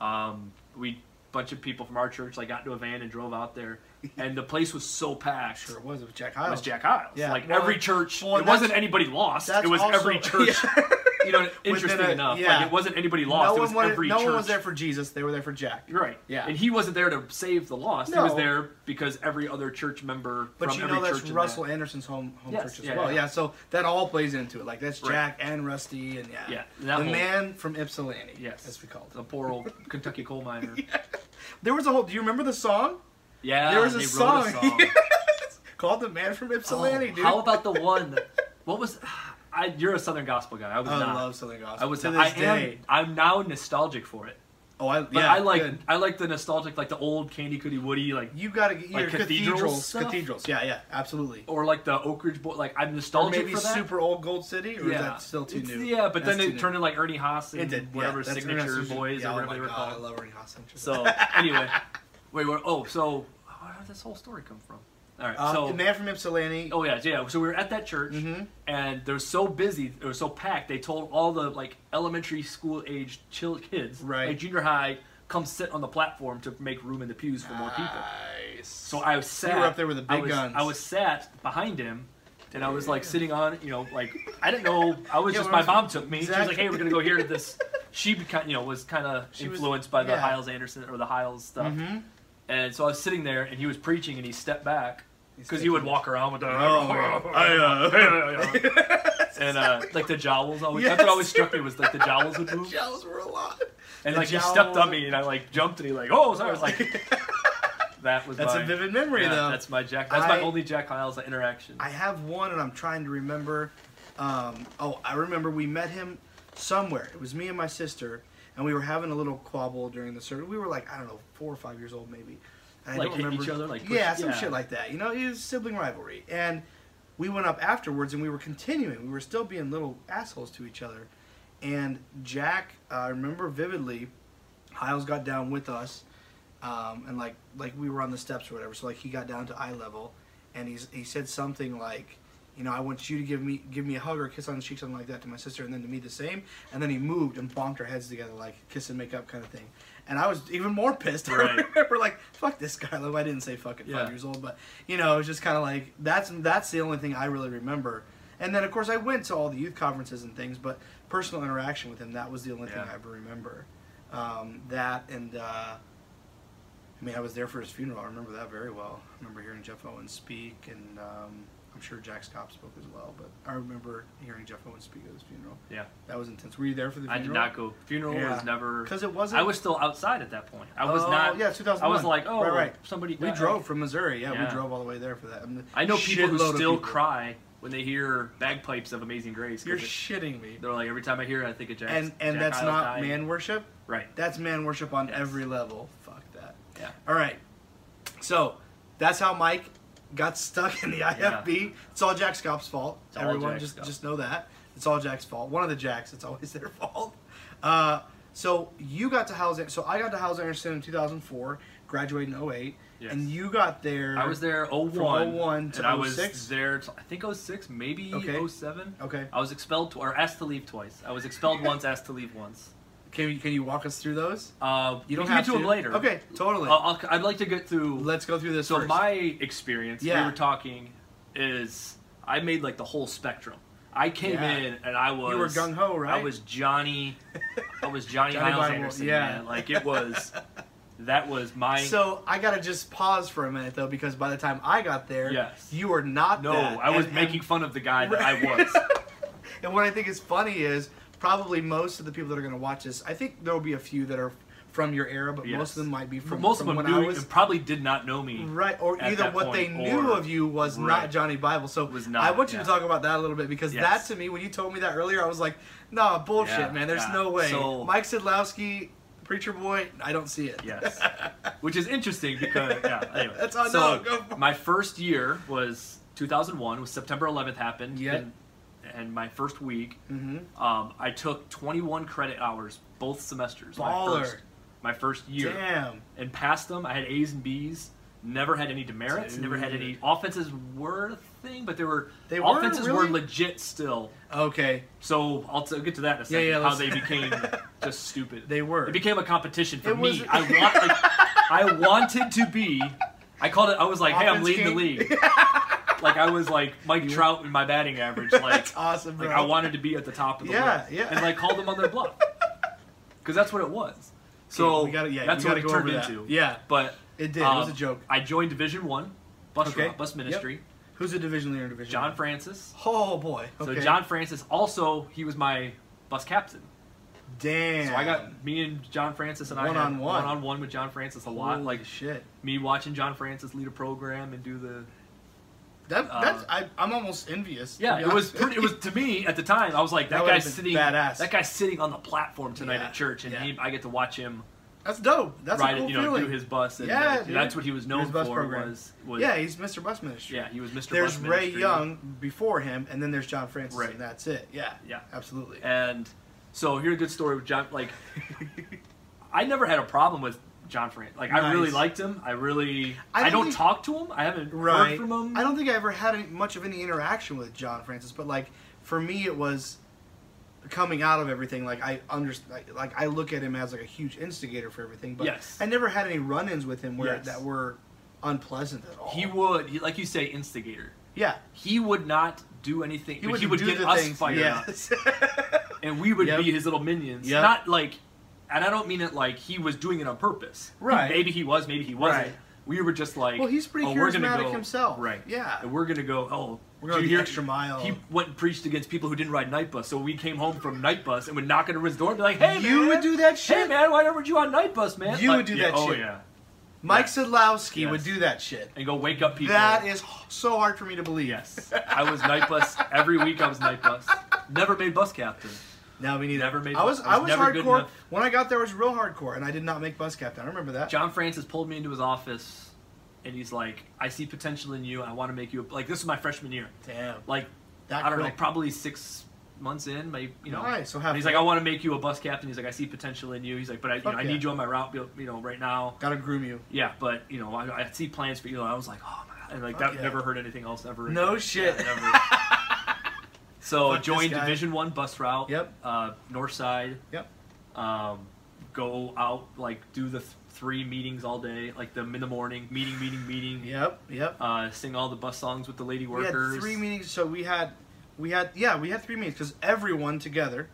Um, we bunch of people from our church like got into a van and drove out there, and the place was so packed.
Sure, it was with Jack
It
Hiles.
was Jack Hiles.
Oh. Yeah.
Like
Well,
every church,
well,
it
that's-
wasn't anybody lost.
that's
It was
also-
every church. You know, interesting
a-
enough,
yeah.
like it wasn't anybody
no
lost. it
one
was
wanted-
every
no
church.
one was there for Jesus. They were there for Jack.
Right.
Yeah.
And he wasn't there to save the lost. He was
No.
there because every other church member
But
from
you
every
know that's
church in
Russell Anderson's home home
Yes,
church as
yeah,
well.
yeah.
Yeah. so that all plays into it. Like that's
Right.
Jack and Rusty and yeah,
Yeah, that
the
whole-
man from Ypsilanti.
Yes.
as we called
that.
him.
the poor old Kentucky coal miner.
There was a whole. Do you remember the song
Yeah,
There was a
they wrote
song.
a song.
called "The Man from
Oh,
Ypsilanti"? dude,
How about the one? What was? I, you're a Southern gospel guy. I was
Oh, I
not.
love Southern gospel.
I was.
to this
I
day.
am. I'm now nostalgic for it.
Oh, I
But
yeah.
I like.
good.
I like the nostalgic, like the old Candy Cootie Woody, like
You got to get
Like
your
cathedral
cathedrals.
stuff?
Cathedrals. Yeah, yeah, absolutely.
or like the Oak Ridge Boy. Like I'm
Or
nostalgic
maybe
for that.
super old Gold City, or
yeah.
is that still too
It's-
new?
Yeah, but then
That's
it
too new.
turned into like Ernie Haas and
It did.
whatever
yeah, that's
signature
Ernesto-
boys
yeah,
or
oh
whatever
my
they were
God, I
called.
love Ernie Haas. signature.
So anyway, wait, where? Oh, so where did this whole story come from? All right,
Uh,
so
the man from Ypsilanti.
oh yeah, yeah. So we were at that church,
Mhm.
and they were so busy, they were so packed. They told all the like elementary school age chill kids,
Right.
like junior high, come sit on the platform to make room in the pews for more people.
Nice.
So I was
You
sat.
were up there with the
I
big
was,
guns.
I was sat behind him. And I was like sitting on, you know, like I didn't know. I was
Yeah,
just
where
my
was-
mom took me. She was like,
exactly.
"Hey, we're gonna go here to this." She, kind, you know, was kind of
She was-
influenced by the
yeah.
Hiles Anderson or the Hiles stuff.
Mhm.
And so I was sitting there, and he was preaching, and he stepped back
He's
because he would
taking-
walk around with the.
Oh,
and uh, like the jowls always.
Yes.
That's what always struck me was like the jowls would move,
Jowls were a lot.
and
The
like he stepped
jowls.
on me, and I like jumped, and he like, oh, sorry. I was like, that was.
That's
my,
a vivid memory
yeah,
though.
That's my Jack. That's my
I-
only Jack Hiles interaction.
I have one, and I'm trying to remember. Um, oh, I remember we met him somewhere. It was me and my sister, and we were having a little quabble during the service. We were like, I don't know, four or five years old maybe. And I
Like
don't
hit
remember.
each other, like push-
yeah, some
yeah.
shit like that. You know, it was sibling rivalry, and we went up afterwards, and we were continuing. We were still being little assholes to each other, and Jack, uh, I remember vividly. Hiles got down with us, um, and like like we were on the steps or whatever. So like he got down to eye level, and he's he said something like, you know, I want you to give me give me a hug or a kiss on the cheek, something like that to my sister, and then to me the same. And then he moved and bonked our heads together like kiss and make up kind of thing. And I was even more pissed.
Right.
I remember like fuck this guy. Like I didn't say fuck at
Yeah.
five years old, but you know it was just kind of like that's that's the only thing I really remember. And then of course I went to all the youth conferences and things, but personal interaction with him that was the only thing
Yeah.
I ever remember. Um, that and uh, I mean, I was there for his funeral. I remember that very well. I remember hearing Jeff Owens speak, and um, I'm sure Jack Scott spoke as well. But I remember hearing Jeff Owens speak at his funeral.
yeah,
That was intense. Were you there for the
I
funeral?
did not go. Funeral
Yeah.
was never.
because it wasn't.
I was still outside at that point. I was
Oh,
not.
Yeah, 2001.
I was like, oh,
right, right.
somebody.
We
died.
drove from Missouri. Yeah,
Yeah.
we drove all the way there for that. I, mean,
I know people who
shitload of
still
people.
cry when they hear bagpipes of Amazing Grace. 'cause
You're
it-
shitting me.
they're like, every time I hear it, I think of Jack.
And and
Jack
that's
Hiles
not
dying.
man worship.
Right.
That's man worship on
Yes.
every level. Fuck that.
Yeah.
All right. So that's how Mike got stuck in the IFB. It's all Jack Scott's fault.
It's all
Everyone
Jack
just
Scott.
just know that. It's all Jack's fault. One of the Jacks. It's always their fault. Uh, so you got to Howells. So I got to Howells Anderson in 2004, graduated in 08,
Yes.
and you got there.
I was there 01.
01 to
and I was
06?
there, t- I think 06, maybe
Okay.
07.
Okay.
I was expelled tw- or asked to leave twice. I was expelled once, asked to leave once.
Can you, can you walk us through those?
Uh,
You don't
we can
have
get to, them later.
Okay, totally.
I'll, I'll, I'd like to get through.
Let's go through this.
so
first.
my experience,
Yeah.
we were talking, is I made like the whole spectrum. I came
Yeah.
in and I was
you were gung ho, right?
I was Johnny. I was Johnny,
Johnny
Hiles
Bible,
Anderson.
yeah.
man. Like it was. That was my.
So I gotta just pause for a minute though, because by the time I got there,
Yes.
you were not.
no,
that.
I was
And-
making fun of the guy that I was.
And what I think is funny is probably most of the people that are going to watch this, I think there will be a few that are from your era, but most
Yes.
of them might be from,
most
from
of them
when
knew
I was
and probably did not know me.
Right, or
at
either
that
what they
point,
knew
or-
of you was
Right.
not Johnny Bible. So
Was not,
I want you
yeah.
to talk about that a little bit because
Yes.
that to me, when you told me that earlier, I was like, nah, bullshit,
Yeah,
man. There's
yeah.
no way.
So-
Mike Sidlowski, Preacher Boy, I don't see it.
Yes. Which is interesting because yeah. Anyway.
That's all-
So
no, go for it.
my first year was 2001. Was September 11th happened.
Yep.
And, and my first week,
Mm-hmm.
um, I took 21 credit hours both semesters. My
Baller.
first, my first year
Damn.
and passed them. I had A's and B's. Never had any demerits. Never had any
Dude.
offenses were a thing, but there were
They were,
offenses
really?
were legit still.
Okay.
So I'll t- get to that in a second.
yeah,
how
let's-
they became just stupid.
They were.
It became a competition for
It was-
me. I want. I wanted to be. I called it. I was like, hey, I'm
Offense
leading
king.
the league. like I was like Mike Trout in my batting average. Like,
That's awesome, bro.
like I wanted to be at the top of the
Yeah,
list.
yeah.
And like called them on their bluff because that's what it was. So
we gotta- yeah,
that's
we
what
gotta
it
go
turned
over that.
into.
Yeah.
but
It did. it was
um,
a joke.
I joined Division One, bus
Okay.
route, bus
Yep.
ministry.
Who's a division leader in division?
John
One?
Francis.
Oh boy. Okay.
So John Francis also he was my bus captain.
Damn.
So I got me and John Francis and I
One
had
on one.
on one with John Francis a lot.
Holy
like
shit.
me watching John Francis lead a program and do the
That
uh,
that's I, I'm almost envious. to
yeah.
be
It was
honest.
pretty, it was to me at the time. I was like
That
that,
would've
guy's
been
sitting
badass.
that guy's sitting on the platform tonight
Yeah,
at church, and
yeah.
he, I get to watch him
that's dope. That's
ride
a cool
it, you know,
feeling.
do his bus. And
Yeah,
uh,
dude.
that's what he was known
His bus
for.
program.
Was, was
yeah, he's Mr. Bus Ministry.
yeah, he was Mr.
There's
Bus
Ray
Ministry.
Young before him, and then there's John Francis,
Right.
and that's it. Yeah,
Yeah.
absolutely.
And so here's a good story with John. Like, I never had a problem with John Fran. Like, I
Nice.
really liked him. I really.
I
I,
don't
don't
think-
talk to him. I haven't heard from him.
I don't think I ever had any, much of any interaction with John Francis, but like for me, it was coming out of everything. Like I understand. Like, like I look at him as like a huge instigator for everything. But
Yes.
I never had any run-ins with him where
Yes.
that were unpleasant at all.
He would, he, like you say, instigator.
yeah.
He would not do anything. but he
wouldn't
would
do
get
the
us
things-
fired up,
yes.
and we would
Yep.
be his little minions.
Yep.
Not like, and I don't mean it like he was doing it on purpose. He-
Right.
maybe he was. Maybe he wasn't.
Right.
We were just like,
Well, he's pretty
oh, we're gonna
charismatic
go-
himself.
right?
Yeah.
And we're gonna go. Oh,
We're going to
did you
the
hear-
extra mile.
He went and preached against people who didn't ride night bus, so we came home from night bus and would knock on everyone's door and be like, "Hey,
You
man,
would do that
Hey,
shit?
man, why weren't you on night bus, man?"
You
Like,
would do
yeah,
that
oh,
shit.
yeah,
Mike
Yeah.
Sidlowski
Yes.
would do that shit.
and go wake up people.
That is h- so hard for me to believe.
yes. I was night bus every week. I was night bus. Never made bus captain.
No, we neither.
Never made-
I was
I
I
was
was,
never good
hardcore.
enough.
When I got there, I was real hardcore, and I did not make bus captain. I remember that.
John Francis pulled me into his office, and he's like, "I see potential in you. I want to make you a-" like." This was my freshman year.
Damn.
Like,
That
I don't know,
quick.
probably six months in, maybe you know.
Nice, so
And
half
he's like,
way.
I want to make you a bus captain. He's like, I see potential in you. He's like, but I, you know,
Fuck
I
yeah.
need you on my route, you know, right now.
Gotta groom you.
Yeah, but you know, I, I see plans for you. I was like, oh my god, and like
Fuck
that
yeah.
never heard anything else ever.
No
again.
shit.
Yeah, never. so
Fuck this
join
guy.
Division One bus route.
Yep.
Uh, north side.
Yep.
Um, go out like do the th- three meetings all day, like the in the morning meeting, meeting, meeting.
Yep. Yep.
Uh, sing all the bus songs with the lady
we had
workers.
three meetings. So we had, we had yeah, we had three meetings because everyone together,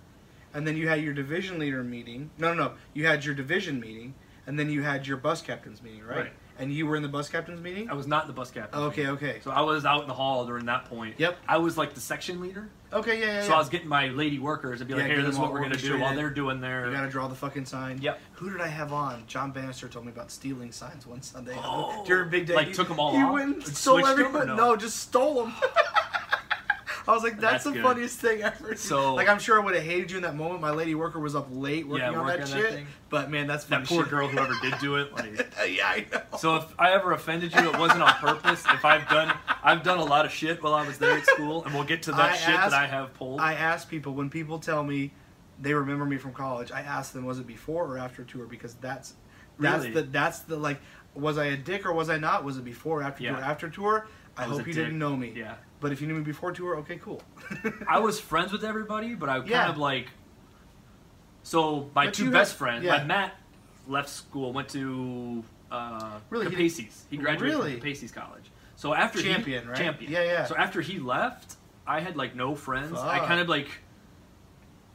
and then you had your division leader meeting. No, no, no. You had your division meeting, and then you had your bus captain's meeting, right?
Right.
And you were in the bus captain's meeting.
I was not the bus captain.
Oh, Okay. Okay.
So I was out in the hall during that point.
Yep.
I was like the section leader.
Okay. Yeah. Yeah.
So
yeah.
I was getting my lady workers and be like,
Yeah,
"Here,
get
this is
them
what
all
we're gonna do while
orchestrated.
they're doing their."
You gotta draw the fucking sign.
Yep.
Who did I have on? John Bannister told me about stealing signs one Sunday
Oh.
during Big Day.
Like, took 'em all
He
off?
went and
Switched
stole
'em or
everyone.
no?
no? just stole them. I was like,
That's
that's, the
good.
funniest thing ever.
So-
like, I'm sure I would have hated you in that moment. My lady worker was up late working
Yeah,
on
working
that
on that
shit.
thing.
But man, that's
that
funny
poor
shit.
girl whoever did do it like
yeah, I know.
so if i ever offended you it wasn't on purpose if i've done i've done a lot of shit while i was there at school and we'll get to that
I
shit
asked-
that i have pulled
I ask people when people tell me they remember me from college. I ask them was it before or after tour because that's that's
Really?
the that's the like was I a dick or was I not? Was it before or after
Yeah.
tour? After tour, I,
I was
hope
a
you
dick.
didn't know me.
yeah
But if you knew me before tour, okay, cool.
i was friends with everybody but i kind
Yeah.
of like so my
But
two
you
best
had-
friends
yeah.
my matt left school went to uh
Really? He-
Capaces. he graduated
Really?
from Capaces college so after he-
Champion, right?
champion
Yeah, yeah.
so after he left i had like no friends i
Fuck.
kind of like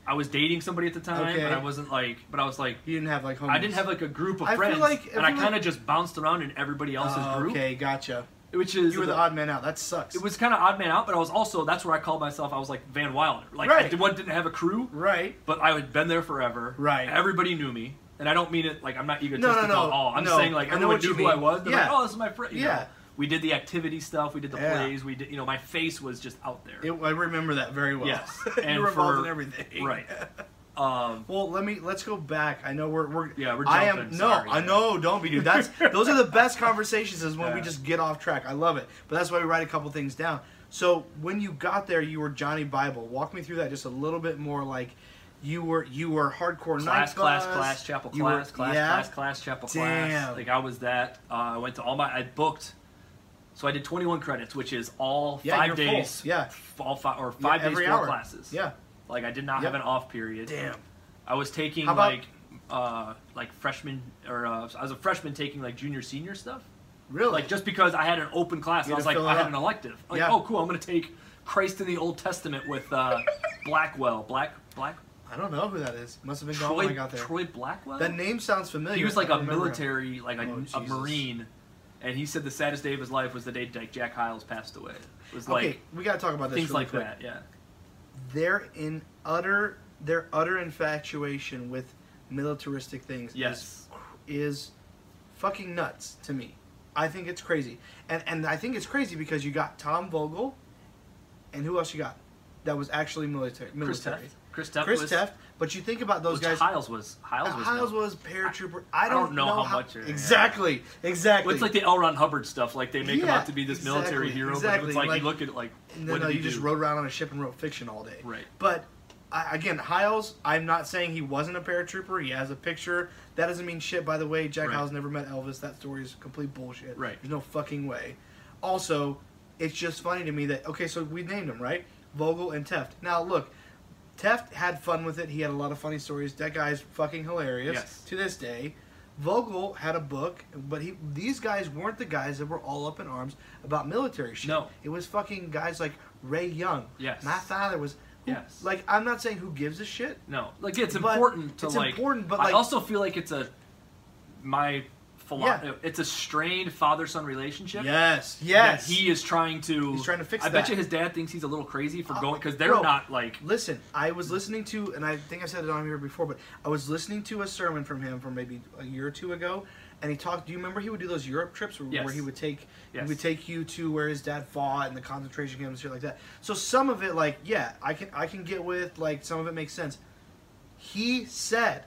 I was dating somebody at the time,
Okay.
but I wasn't like, but I was like,
You didn't have like homies.
I didn't have like a group of
I feel
friends,
like- I
and I
feel
kind of
like-
just bounced around in everybody else's
Oh,
group,
Okay, gotcha.
which is
You were the odd man out. That sucks.
it was kind of odd man out. But I was also that's where I called myself. I was like Van Wilder, like
Right.
I did, one didn't have a crew,
right.
but I had been there forever.
Right.
everybody knew me. And I don't mean it like I'm not egotistical
No, no, no.
at all. I'm
No.
saying like
I know
everyone
what you
knew who I
mean.
was. They're
Yeah.
like, oh, this is my friend. you know.
Yeah.
We did the activity stuff. We did the
Yeah.
plays. We did, you know, my face was just out there.
It, I remember that very well.
Yes, and
you were involved
for-
in everything.
right. Um,
Well, let me let's go back. I know we're we're
Yeah, we're
I am
jumping,
no,
sorry.
I know. Don't be dude. That's those are the best conversations is when we
Yeah.
just get off track. I love it, but that's why we write a couple things down. So when you got there, you were Johnny Bible. Walk me through that just a little bit more. Like you were you were hardcore
class,
night
class, class, chapel,
You
class,
were-
class,
yeah.
class, class, chapel,
Damn.
class. Like I was that. Uh, I went to all my. I booked. So I did 21 credits, which is all
Yeah,
five
you're full.
days.
Yeah.
f- All five or five
Yeah,
days,
every
four
hour.
classes.
Yeah.
Like I did
Yep.
not have an off period.
Damn.
I was taking
How about-
like uh, like freshman or uh, I was a freshman taking like junior senior stuff.
Really?
Like just because I had an open class,
You
I
had
was
to
like,
fill it
I had
up.
an elective. Like,
Yeah.
oh cool, I'm gonna take Christ in the Old Testament with uh, Blackwell, Black Black
I don't know who that is. Must have been gone when I
Troy,
got there.
Troy Blackwell.
That name sounds familiar.
he was like
I
a
remember him.
military, like a,
Oh,
a
Jesus.
marine, and he said the saddest day of his life was the day like Jack Hiles passed away. It was
Okay,
like
we gotta talk about this.
things
really
like
quick.
that. Yeah,
they're in utter their utter infatuation with militaristic things
Yes.
is, is fucking nuts to me. I think it's crazy. And and I think it's crazy because you got Tom Vogel and who else you got that was actually military
Chris
military.
Teft. Chris Teft.
Chris
was,
Teft, but you think about those
was
guys
Hiles was Hiles was.
Hiles
no.
was paratrooper. I don't, know, how, much
or-
exactly, exactly.
Well, it's like the L. Ron Hubbard stuff. Like they make him
Yeah,
out to be this
exactly,
military hero, but
exactly.
it's like,
Like-
you look at it like
And then
what did
uh,
he
you just
do?
rode around on a ship and wrote fiction all day.
Right.
But I, again, Hiles, I'm not saying he wasn't a paratrooper. He has a picture. That doesn't mean shit. By the way, Jack
Right.
Hiles never met Elvis. That story is complete bullshit.
Right.
There's no fucking way. Also, it's just funny to me that okay, so we named him right, Vogel and Teft. Now look, Teft had fun with it. He had a lot of funny stories. That guy's fucking hilarious
Yes.
to this day. Vogel had a book, but he these guys weren't the guys that were all up in arms about military shit.
No.
It was fucking guys like Ray Young.
Yes.
My father was. Who,
Yes.
Like I'm not saying who gives a shit.
No, like it's
But
important to
it's
like.
important, but,
I
like-
also feel like it's a my philo-
Yeah.
It's a strained father-son relationship.
Yes.
that
Yes.
he is trying to.
He's trying to fix
I bet
that.
you his dad thinks he's a little crazy for
Oh,
going because they're
bro.
not like.
Listen, I was listening to, and I think I said it on here before, but I was listening to a sermon from him from maybe a year or two ago, and he talked. Do you remember he would do those Europe trips where,
Yes.
where he would take
Yes.
he would take you to where his dad fought and the concentration camps and shit like that. So some of it, like yeah, I can I can get with like some of it makes sense. He said,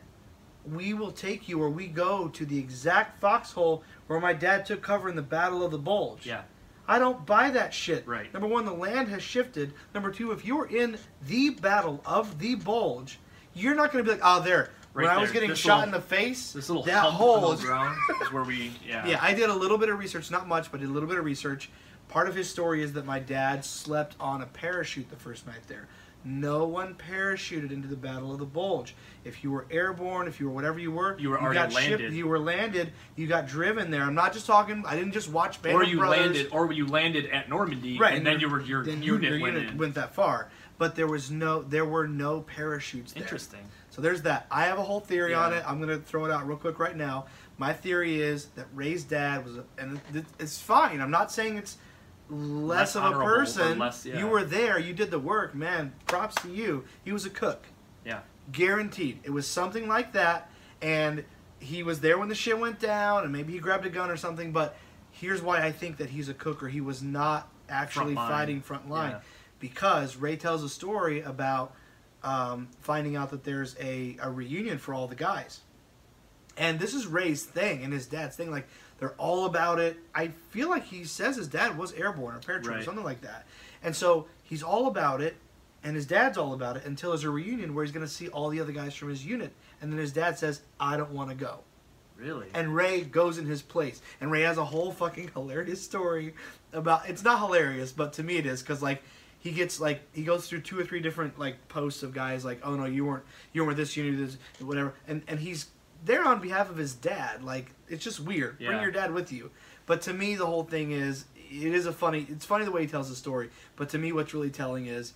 "We will take you, or we go to the exact foxhole where my dad took cover in the Battle of the Bulge."
Yeah.
I don't buy that shit.
Right.
Number one, the land has shifted. Number two, if you're in the battle of the bulge, you're not going to be like, oh, there. when
Right
I was
there.
getting
This
shot
little-
in the face,
This little
that
hump
hole.
in the ground is where we yeah
Yeah, I did a little bit of research, not much, but I did a little bit of research. Part of his story is that my dad slept on a parachute the first night there. No one parachuted into the Battle of the Bulge. If you were airborne, if you were whatever you were,
You were already
got
landed.
you were landed. You got driven there. I'm not just talking. I didn't just watch. Band
or
of
you
Brothers
landed or you landed at Normandy and then you were your
then
unit, went in.
that far. But there was no, there were no parachutes. There.
Interesting.
So there's that. I have a whole theory on
Yeah.
it. I'm gonna throw it out real quick right now. My theory is that Ray's dad was, a, and it- it's fine. I'm not saying it's less,
Less
of a
honorable or
person.
less- yeah.
You were there. You did the work, man. Props to you. He was a cook,
Yeah.
guaranteed. It was something like that, and he was there when the shit went down, and maybe he grabbed a gun or something. But here's why I think that he's a cooker. He was not actually
Front line.
fighting front line
Yeah.
because Ray tells a story about um, finding out that there's a, a reunion for all the guys. And this is Ray's thing and his dad's thing. Like, they're all about it. I feel like he says his dad was airborne or paratrooper or
Right.
something like that. And so he's all about it, and his dad's all about it until there's a reunion where he's going to see all the other guys from his unit. And then his dad says, I don't want to go
Really?
and Ray goes in his place. And Ray has a whole fucking hilarious story about it's not hilarious, but to me it is because like he gets like he goes through two or three different like posts of guys like oh no you weren't you weren't with this you knew this whatever and and he's there on behalf of his dad like it's just weird bring
Yeah.
your dad with you but to me the whole thing is it is a funny it's funny the way he tells the story but to me what's really telling is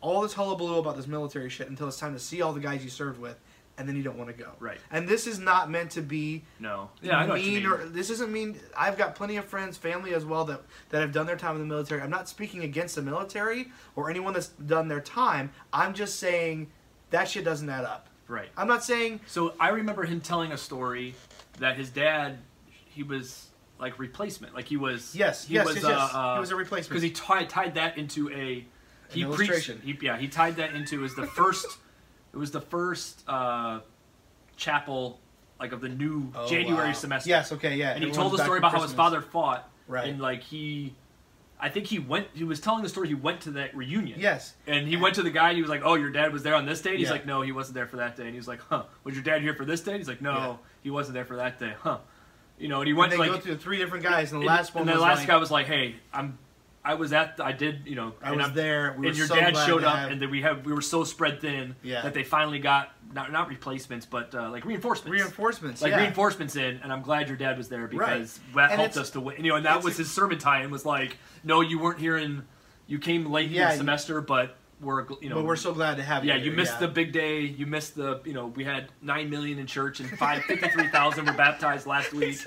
all this hullabaloo about this military shit until it's time to see all the guys you served with and then you don't want to go
Right.
and this is not meant to be
no. Yeah, I know what you
mean
mean.
or this isn't mean. I've got plenty of friends, family as well that that have done their time in the military. I'm not speaking against the military or anyone that's done their time. I'm just saying that shit doesn't add up.
Right.
I'm not saying
So I remember him telling a story that his dad, he was like replacement, like he was.
Yes,
he
yes,
was,
yes,
uh,
yes.
uh,
He was a replacement.
because he tied tied that into a. He preached.
illustration.
He, yeah, he tied that into is the first. it was the first uh, chapel, like of the new
Oh,
January
wow.
semester.
Yes. Okay. Yeah.
and he
everyone's
told a
back
story
from
about how his
Christmas.
father fought.
Right.
And like he, I think he went. He was telling the story. He went to that reunion.
Yes.
And he went to the guy and he was like, "Oh, your dad was there on this day." And he's
Yeah.
like, "No, he wasn't there for that day." And he was like, "Huh? Was your dad here for this day?" And he's like, "No,
Yeah.
he wasn't there for that day." Huh? You know, and he
When
went
they
to like,
go through three different guys, and the
and-
last one.
and the
was
last
like,
guy was like, "Hey, I'm, I was at, I did, you know,
I
and
was
I'm-
there. We were
and your
so
dad
glad
showed
to
up,
have
and then we have we were so spread thin
Yeah.
that they finally got not not replacements, but uh, like reinforcements,
reinforcements.
like
yeah.
reinforcements in, and I'm glad your dad was there because that
And
helped
it's-
us to win. You know, and that
it's
was
a-
his sermon time. and Was like, no, you weren't here, and you came late in
Yeah,
the
you-
semester, but we're gl- you know,
but we're so glad to have.
yeah,
you,
you
here,
missed
yeah.
the big day. You missed the you know we had nine million in church and five fifty three thousand were baptized last week.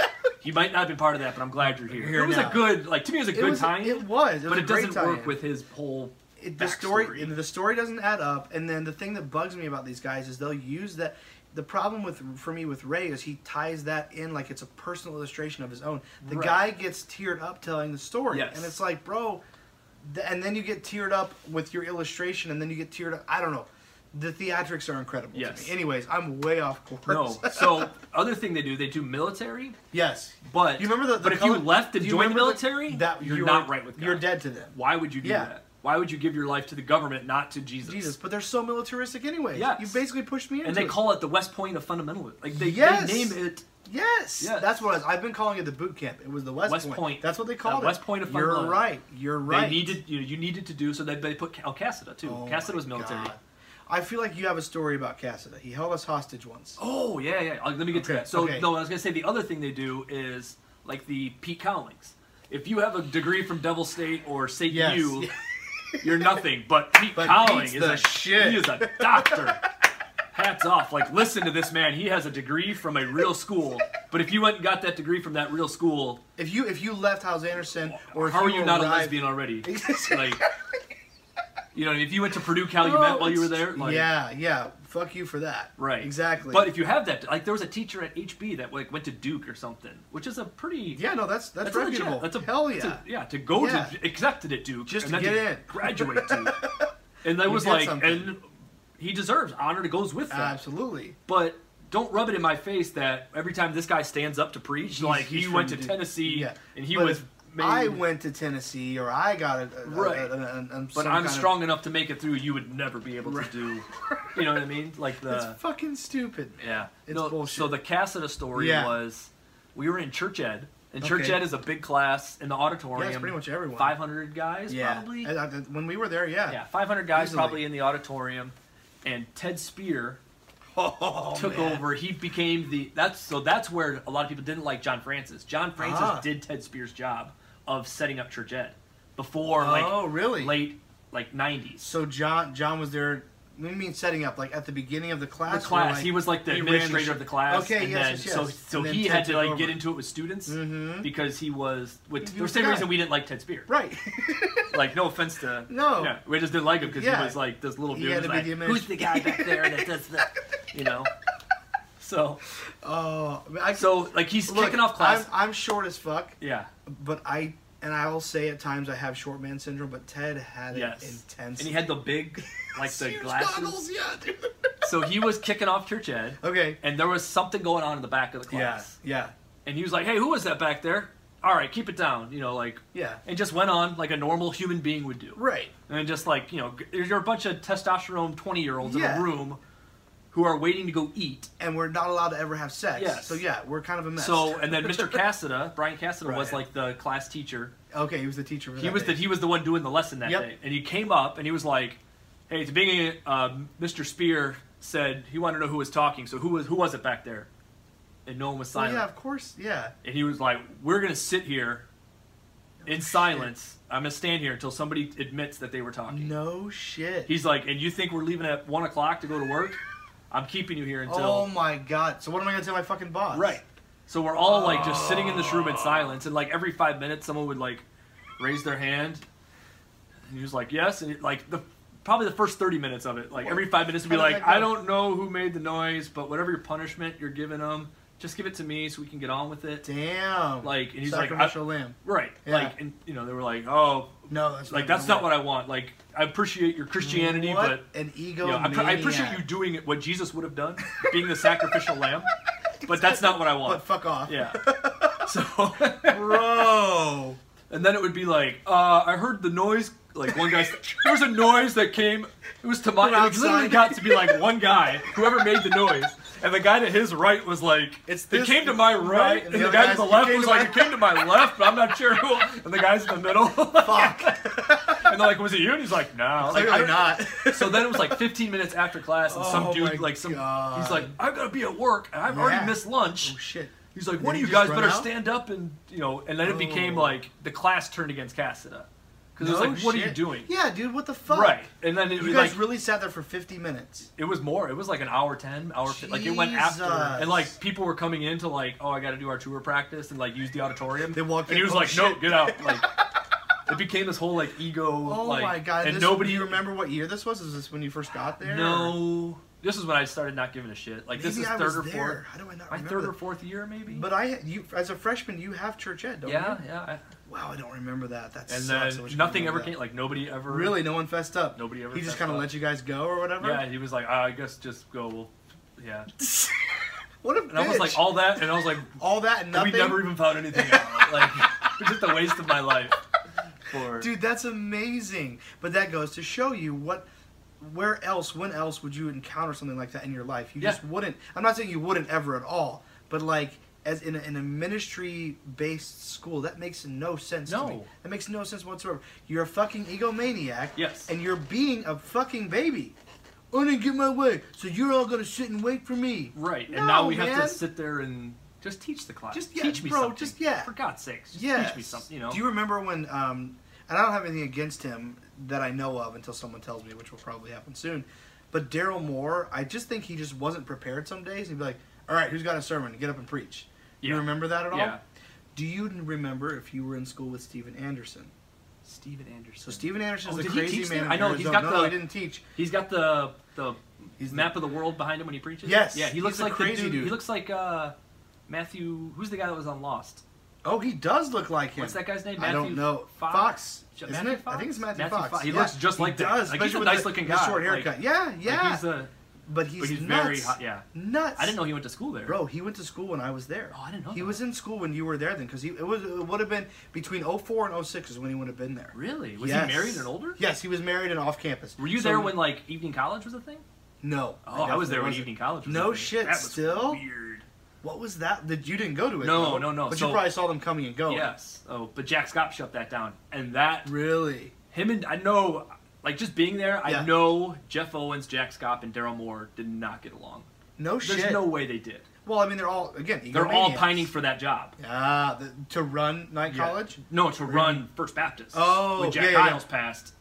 You might not have been part of that, but I'm glad you're here.
Here
it was
now.
a good like to me it was a
It
good
was-
time,
It was, it was
but
a
it doesn't
great
work
time.
with his whole
it, the story
backstory.
and the story doesn't add up and then the thing that bugs me about these guys is they'll use that the problem with for me with ray is he ties that in like it's a personal illustration of his own the
Right.
guy gets teared up telling the story
Yes.
and it's like bro th- and then you get teared up with your illustration and then you get teared up i don't know the theatrics are incredible
Yes.
to me anyways i'm way off course
no. So other thing they do, they do military,
yes
but
you remember the, the
but if
color-
you left and
do you
joined the
remember
military,
that
you're,
you
not
were-
right with God.
you're dead to them
Why would you do
Yeah.
that? Why would you give your life to the government, not to Jesus?
jesus but they're so militaristic anyways
Yes.
you basically pushed me into
And they
it.
call it the West Point of fundamentalism. Like they,
Yes.
they name it
Yes,
Yes.
that's what it was. I've been calling it the boot camp. It was the West,
West
Point.
Point.
That's what they called
The West
it.
Point of
You're
Fun Run.
right. You're right.
They needed you. Know, you needed to do so. They, they put Al Casada too.
Oh
Casada
my
was military.
God. I feel like you have a story about Cassida. He held us hostage once.
Oh yeah, yeah. Uh, Let me get to
Okay,
that. So
okay.
no, I was gonna say the other thing they do is like the Pete Cowlings. If you have a degree from Devil State or St.
Yes.
U, you're nothing. But Pete
But
Cowling
Pete's
is
the
a
shit.
He is a doctor. Hats off. Like listen to this man. He has a degree from a real school. But if you went and got that degree from that real school,
If you if you left House Anderson or if
how are you not a
arrived-
lesbian already? like, you know, if you went to Purdue Calumet
No,
while you were
Oh, it's-
there, like,
yeah, yeah. Fuck you for that.
Right.
Exactly.
But if you have that, like there was a teacher at HB that like went to Duke or something, which is a pretty
yeah, no, that's that's,
legit.
reputable.
That's a
hell yeah.
that's a- yeah, to go
Yeah.
to accepted at Duke
Just
and
to
then
get in.
graduate Duke, and that
He
was
did
like,
something.
and he deserves honor that goes with that.
Absolutely.
But don't rub it in my face that every time this guy stands up to preach,
He's-
like
he's
he went to
from Duke.
Tennessee
Yeah.
and he
But
was.
if
Made,
I went to Tennessee or I got a, a- a-
Right.
a- a- a- some
but
kind
I'm
of-
strong enough to make it through. You would never be able
Right.
to do, you know what I mean? Like the
That's fucking stupid. man.
Yeah.
It's
no,
bullshit.
So the Cassida story
Yeah.
was we were in church ed. And church
Okay.
ed is a big class in the auditorium.
Yeah, it's pretty much everyone.
500 guys
Yeah.
probably.
And, uh, th- when we were there, yeah.
Yeah, 500 guys
Easily.
probably in the auditorium and Ted Spear
Oh,
took
man.
over. He became the that's so that's where a lot of people didn't like John Francis. John Francis
Ah.
did Ted Spear's job of setting up church ed before
oh,
like
really?
late like 90s.
So John John was there. What do you mean setting up? Like at the beginning of the class?
the
or,
class.
like,
he was like the
he ran
administrator
the
of the class.
Okay,
and
yes,
then,
yes,
So,
yes.
so
And then
he
Ted
had to
took
like
over.
get into it with students
Mhm.
because he was with
He
the
was
same
the guy.
reason we didn't like Ted Spear.
right.
Like no offense to
No.
yeah, we just didn't like him because
Yeah.
he was like this little
He
dude.
had
who's
to be
like,
the
Who's the guy back there that does the, you know? So
oh, I,
so like he's
look,
kicking off class.
I'm, I'm short as fuck,
yeah,
but I and I will say at times I have short man syndrome. But Ted had it
yes.
intense.
And he had the big, like the
Huge
glasses.
goggles, yeah, dude.
So he was kicking off church ed,
Okay.
and there was something going on in the back of the
Yeah.
class.
Yeah.
And he was like, "Hey, who was that back there? All right, keep it down." You know, like
Yeah.
and just went on like a normal human being would do.
Right.
And just like, you know, you're a bunch of testosterone 20 year olds
Yeah.
in a room who are waiting to go eat.
And we're not allowed to ever have sex.
Yes.
So yeah, we're kind of a mess.
So, and then Mr. Cassida, Brian Cassida was
Brian.
like the class teacher.
okay, he was the teacher. For
He
that
was
day.
the, he was the one doing the lesson that
Yep.
day. And he came up and he was like, "Hey, it's being uh, Mr. Spear said he wanted to know who was talking. So who was who was it back there?" And no one was
Well,
silent.
yeah, of course. Yeah.
and he was like, "We're gonna sit here in silence. I'm gonna stand here until somebody admits that they were talking."
No shit.
He's like, and you think we're leaving at one o'clock to go to work? I'm keeping you here until
oh my god. So what am I gonna tell my fucking boss?
right. So we're all like just sitting in this room in silence, and like every five minutes, someone would like raise their hand, and he was like, "Yes," and it, like the probably the first 30 minutes of it. Like every five minutes, would be
How did
like,
that go?
I don't know who made the noise, but whatever your punishment you're giving them, just give it to me so we can get on with it.
Damn.
Like, and he's like, I,
sacrificial lamb.
right.
Yeah.
Like, and you know, they were like, oh,
No, that's
like that's not what I want. Like, I appreciate your Christianity, but
what an ego.
you know, I, pr- I appreciate you doing it, what Jesus would have done, being the sacrificial lamb. But that's not what I
But
want.
fuck off.
Yeah. So.
Bro.
And then it would be like, uh, I heard the noise. Like one guy, there was a noise that came. It was to my.
From
It literally
outside.
got to be like one guy, whoever made the noise, and the guy to his right was like,
It's
It
this-
came to my right, and the, guy to the
guys- it
left
came
was
to
like,
my-
it came to my left, but I'm not sure who. And the guys in the middle,
Fuck.
and they're like, was it you? And he's like, no. Like, I
Clearly
don't-
not.
So then it was like 15 minutes after class, and some
Oh my
dude like some, he's
God.
like, I gotta be at work, and I've
Yeah.
already missed lunch.
oh shit.
He's like,
Did
one
he
of you
just
guys
run
better
out?
stand up and you know, and then it became
Oh.
like the class turned against Cassida because it was
No
like, what are you
shit.
doing?
Yeah, dude. What the fuck?
Right, and then it
You
was
guys
like
really sat there for 50 minutes.
it was more. It was like an hour ten, hour fif- like it went after,
Jesus.
and like people were coming in to like, oh, I got to do our tour practice and like use the auditorium.
They walked
and he
in,
was
"Oh,
like, no,
shit."
get out. Like it became this whole like ego.
Oh
like,
my god.
and
this,
nobody
Do you remember what year this was? Is this when you first got there?
No, this is when I started not giving a shit. Like
Maybe
this is
I
third
was
or
there.
fourth,
How do I not
my
remember?
third or fourth year maybe.
But I, you, as a freshman, you have church ed, don't
yeah,
you?
yeah. I-
Wow, I don't remember that. That
and
sucks. I
then
wish I
nothing ever
remembered
came.
that.
Like nobody ever
Really, no one fessed up.
Nobody ever
He just
fessed
kind of
up.
let you guys go or whatever.
Yeah, he was like, I guess just go. Well, yeah.
What a
And I was
bitch.
like, all that, and I was like,
all that and
we
nothing.
never even found anything out. Like, it was just a waste of my life. For
Dude, that's amazing. But that goes to show you what, where else, when else would you encounter something like that in your life? You
Yeah.
just wouldn't. I'm not saying you wouldn't ever at all, but like as in a, in a ministry-based school, that makes no sense
No.
to me. That makes no sense whatsoever. You're a fucking egomaniac.
Yes.
And you're being a fucking baby. I didn't get my way, so you're all gonna sit and wait for me.
right, and now
No,
we have
man.
to sit there and just teach the class.
Just, yeah,
teach me
bro,
something.
just, yeah.
For God's sakes, just
Yeah.
teach me something. You know.
Do you remember when? Um, and I don't have anything against him that I know of until someone tells me, which will probably happen soon. But Daryl Moore, I just think he just wasn't prepared some days. He'd be like, "All right, who's got a sermon? Get up and preach."
Yeah.
You remember that at all?
Yeah.
Do you remember if you were in school with Stephen Anderson?
Steven Anderson.
So Stephen Anderson's
Oh,
a
did he
crazy
teach
man.
there?
in
I know, he's
Arizona.
got
no,
the-
he didn't teach.
He's got the the
He's the-
map of the world behind him when he preaches.
Yes,
Yeah, he
he's
looks
a
like
crazy
the dude,
dude.
He looks like uh, Matthew. Who's the guy that was on Lost?
Oh, he does look like him.
What's that guy's name?
I don't
Matthew
know.
Fox?
Fox,
J-
isn't
Matthew
it? I
Fox?
think it's Matthew,
Matthew
Fox.
Fox. He
Yeah,
looks just like that.
does,
Like, he's
especially
a
with the-
nice-looking
the
guy.
short
Like-
haircut. yeah, yeah.
Like, he's a,
But he's,
but he's
nuts.
very hot. Yeah.
Nuts.
I didn't know he went to school there.
Bro, he went to school when I was there.
Oh, I didn't know
He
that.
was in school when you were there then, because he it was it would have been between 04 and 06 is when he would have been there.
Really? Was
Yes.
he married and older?
Yes, he was married and off campus.
Were you
So-
there when like evening college was a thing?
No.
Oh, I, was there when
definitely
evening college. Was
No
a thing.
shit,
That was
still?
weird.
wasn't. What was that? Did you didn't go to it?
No,
though.
no, no.
But
So-
you probably saw them coming and going.
Yes. Oh, but Jack Scott shut that down, and that
Really?
him and I know, like just being there,
Yeah.
I know Jeff Owens, Jack Scott, and Daryl Moore did not get along.
No
There's
shit.
no way they did.
Well, I mean, they're all again.
They're all
egomaniacs.
pining for that job.
Ah, the, to run night
Yeah.
college.
No, to run First Baptist.
Oh,
when Jack
yeah, yeah, yeah.
Hiles passed.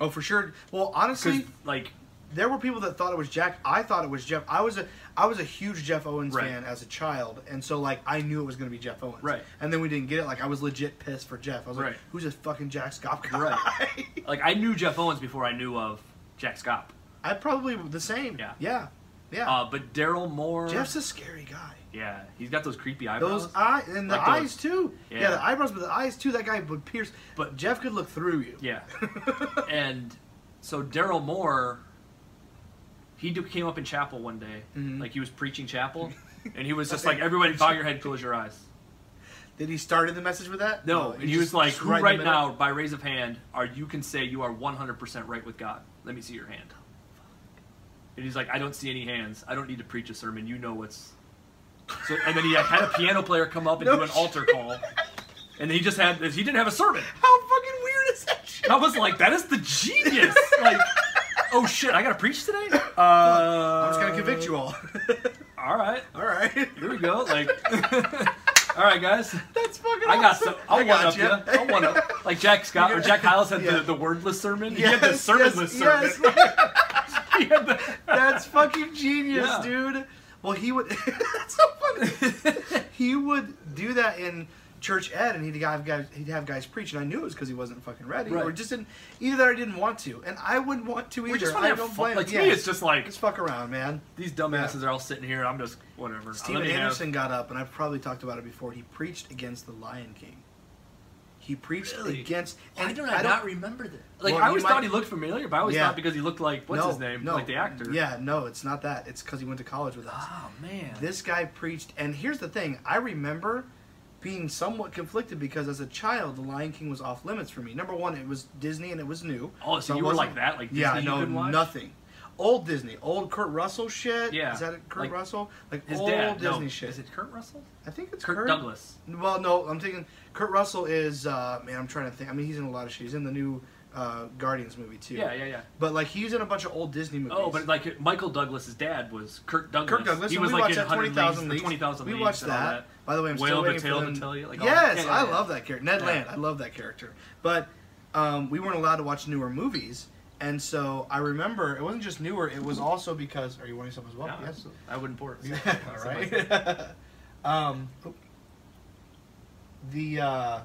Oh, for sure. Well,
Because
honestly,
like
there were people that thought it was Jack. I thought it was Jeff. I was a I was a huge Jeff Owens
Right.
fan as a child, and so like I knew it was gonna be Jeff Owens.
Right.
And then we didn't get it. Like I was legit pissed for Jeff. I was
Right.
like, who's this fucking Jack Scott guy?
Right. like I knew Jeff Owens before I knew of Jack Scott.
I probably were the same.
Yeah.
Yeah. Yeah.
Uh, but Daryl Moore.
Jeff's a scary guy.
yeah, he's got those creepy eyebrows.
Those eye and the
Like those-
eyes too. Yeah.
Yeah.
the eyebrows, but the eyes too. That guy would pierce.
But-
But Jeff could look through you.
yeah, and so Daryl Moore, he do, came up in chapel one day,
Mhm.
like he was preaching chapel, and he was just like, "Everybody, bow your head, close your eyes."
Did he started the message with that?
No, and he
just-
was like,
just
"Who
in the
right
middle.
now, by raise of hand, are you can say you are 100% right with God? Let me see your hand." And he's like, "I don't see any hands. I don't need to preach a sermon. You know what's." So, and then he had- had a piano player come up and
No
do an
shit.
altar call, and he just had he didn't have a sermon.
How fucking weird is that shit?
And I was like, "That is the genius!" Like, oh shit, I gotta preach today. Uh, I'm
I'm just gonna convict you all.
All right,
all right.
here we go. Like, all right, guys.
That's fucking.
I got
awesome.
some. I'll
I
one
got
up you. I'll one up. Like Jack Scott or Jack Hiles had
Yeah.
the, the wordless sermon. he had the
Yes,
sermonless
yes,
sermon.
yes.
he had the,
That's fucking genius,
Yeah.
dude. Well, he would. that's so funny. he would do that in church ed and he'd have guys he'd have guys preach and I knew it was because he wasn't fucking ready or
Right.
just didn't either that I didn't want to and I wouldn't want to either.
We just want
I
to have
don't
fun.
blame
Like to
yeah.
me, it's just like
Let's fuck around, man.
these dumbasses are all sitting here. I'm just whatever.
Steven
uh, Let me have-
Anderson got up, and I've probably talked about it before. He preached against the Lion King. He preached
Really?
against.
Why
and
don't I, not remember that? Like
Well,
I
you
always
might-
thought he looked familiar, but I always
Yeah.
thought because he looked like what's
no,
his name,
no,
like the actor.
Yeah, no, it's not that. It's because he went to college with us.
Oh man.
This guy preached, and here's the thing: I remember being somewhat conflicted because as a child, the Lion King was off limits for me. Number one, it was Disney, and it was new.
Oh, so
I
you were
wasn't-
like that, like Disney
yeah,
you
no,
couldn't watch?
nothing. Old Disney, old Kurt Russell shit.
Yeah,
is that it, Kurt
like
Russell? Like
His
old
dad.
Disney
no.
shit.
Is it Kurt Russell?
I think it's
Kurt, Douglas.
Well, no, I'm thinking Kurt Russell is uh, man. I'm trying to think. I mean, he's in a lot of shit. He's in the new uh, Guardians movie too.
Yeah, yeah, yeah.
But like, he's in a bunch of old Disney movies.
Oh, but like Michael Douglas's dad was Kirk Douglas.
Kirk Douglas.
He
and
was
we
like
watched that
in 100
Twenty Thousand
Leagues,
Leagues.
the 20,000
We
Leagues
watched
and all
that. By the way, I'm
Whale
still
to
waiting
tail
for
to
them.
tail you, like all
yes,
that. Yeah, yeah,
I
yeah.
love that character. Ned
Yeah.
Land. I love that character. But um, we weren't allowed to watch newer movies, and so I remember it wasn't just newer. It was also because. Are you wanting some as well?
Yeah,
yes.
I wouldn't pour it.
All right. um, the uh,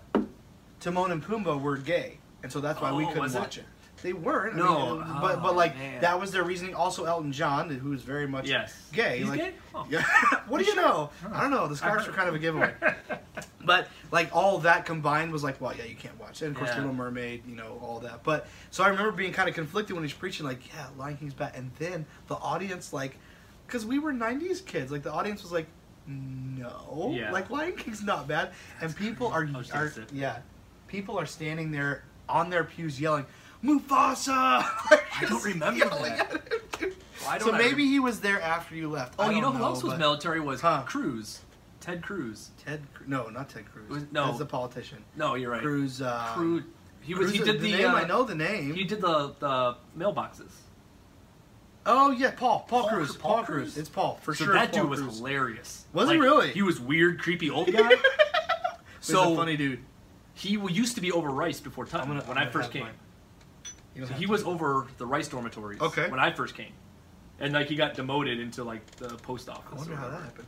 Timon and Pumbaa were gay, and so that's why we
Oh,
couldn't
was it?
watch it. They weren't.
No,
I mean, but
oh,
but like
man.
that was their reasoning. Also, Elton John, who is very much
Yes.
gay.
He's
like,
gay? Oh.
Yeah. what do you know? I don't know. The scarves
heard.
were kind of a giveaway. But like all that combined was like, well, yeah, you can't watch. it. And of course,
Yeah.
Little Mermaid, you know, all that. But so I remember being kind of conflicted when he's preaching, like, yeah, Lion King's back, and then the audience, like, because we were '90s kids, like the audience was like, no,
Yeah.
like Lion King's not bad, and people are,
I was gonna
are
sit.
yeah, people are standing there on their pews yelling, Mufasa. Like,
I don't
just
remember
yelling at
that.
him, dude.
Why
So
don't I
maybe he was there after you left.
Oh,
I
you know
don't
who else was
but-
military was
Huh.
Cruz, Ted Cruz.
Ted? Cru- No, not Ted Cruz.
Was- no.
that's the politician.
No, you're right.
Cruz. Uh,
Cruz. He was.
Cruz-
he did the.
name.
uh,
I know the name.
He did the the mailboxes.
oh yeah, Paul. Paul,
Paul
Cruz.
Cru-
Paul
Paul
Cruz.
Cruz?
It's Paul for
so
sure.
that
Paul
dude was
Cruz.
hilarious.
Was he really?
He was weird, creepy old guy.
He's
so
a funny dude.
he w- used to be over rice before Tutton
gonna-
when
I'm
I
gonna
first
have
came.
mine. You don't
So
have
he
to.
was over the rice dormitories.
Okay.
When I first came, and like he got demoted into like the post office.
I wonder
or
how that
whatever.
happened.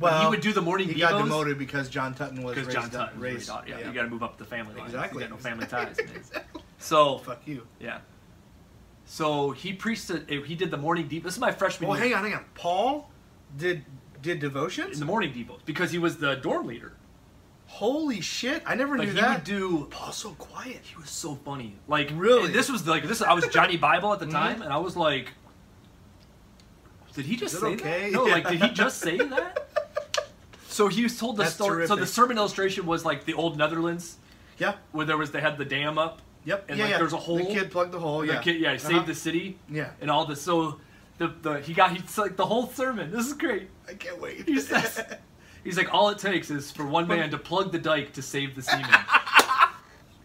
But he would do the morning
He got
devos
demoted because John Tutton was
because
raised
John
up-
Tutton
raised-
raised. Yeah, you got to move up the family line.
Exactly.
You got no family ties. man. So
Fuck you.
yeah. So he preached. A, he did the morning deep. This is my freshman.
Well,
year.
hang on, hang on. Paul did did devotions.
in the morning depot because he was the dorm leader.
Holy shit! I never
Like
knew
he
that.
would do.
Paul's so quiet.
He was so funny. Like
Really? Mm-hmm.
and this was like this. I was Johnny Bible at the time, and I was like, did he just
Is it
say
okay?
that? No, like did he just say that? So he was told the
That's
story. So the
terrific.
sermon illustration was like the old Netherlands
Yeah.
where there was they had the dam up.
Yep.
And
yeah,
like
yeah.
there's a hole.
The kid plugged the hole.
The
Yeah.
kid, yeah, he
Uh-huh.
saved the city.
Yeah.
and all this. So the, the he got he's like the whole sermon. This is great.
I can't wait.
He says, he's like, all it takes is for one man to plug the dike to save the seaman.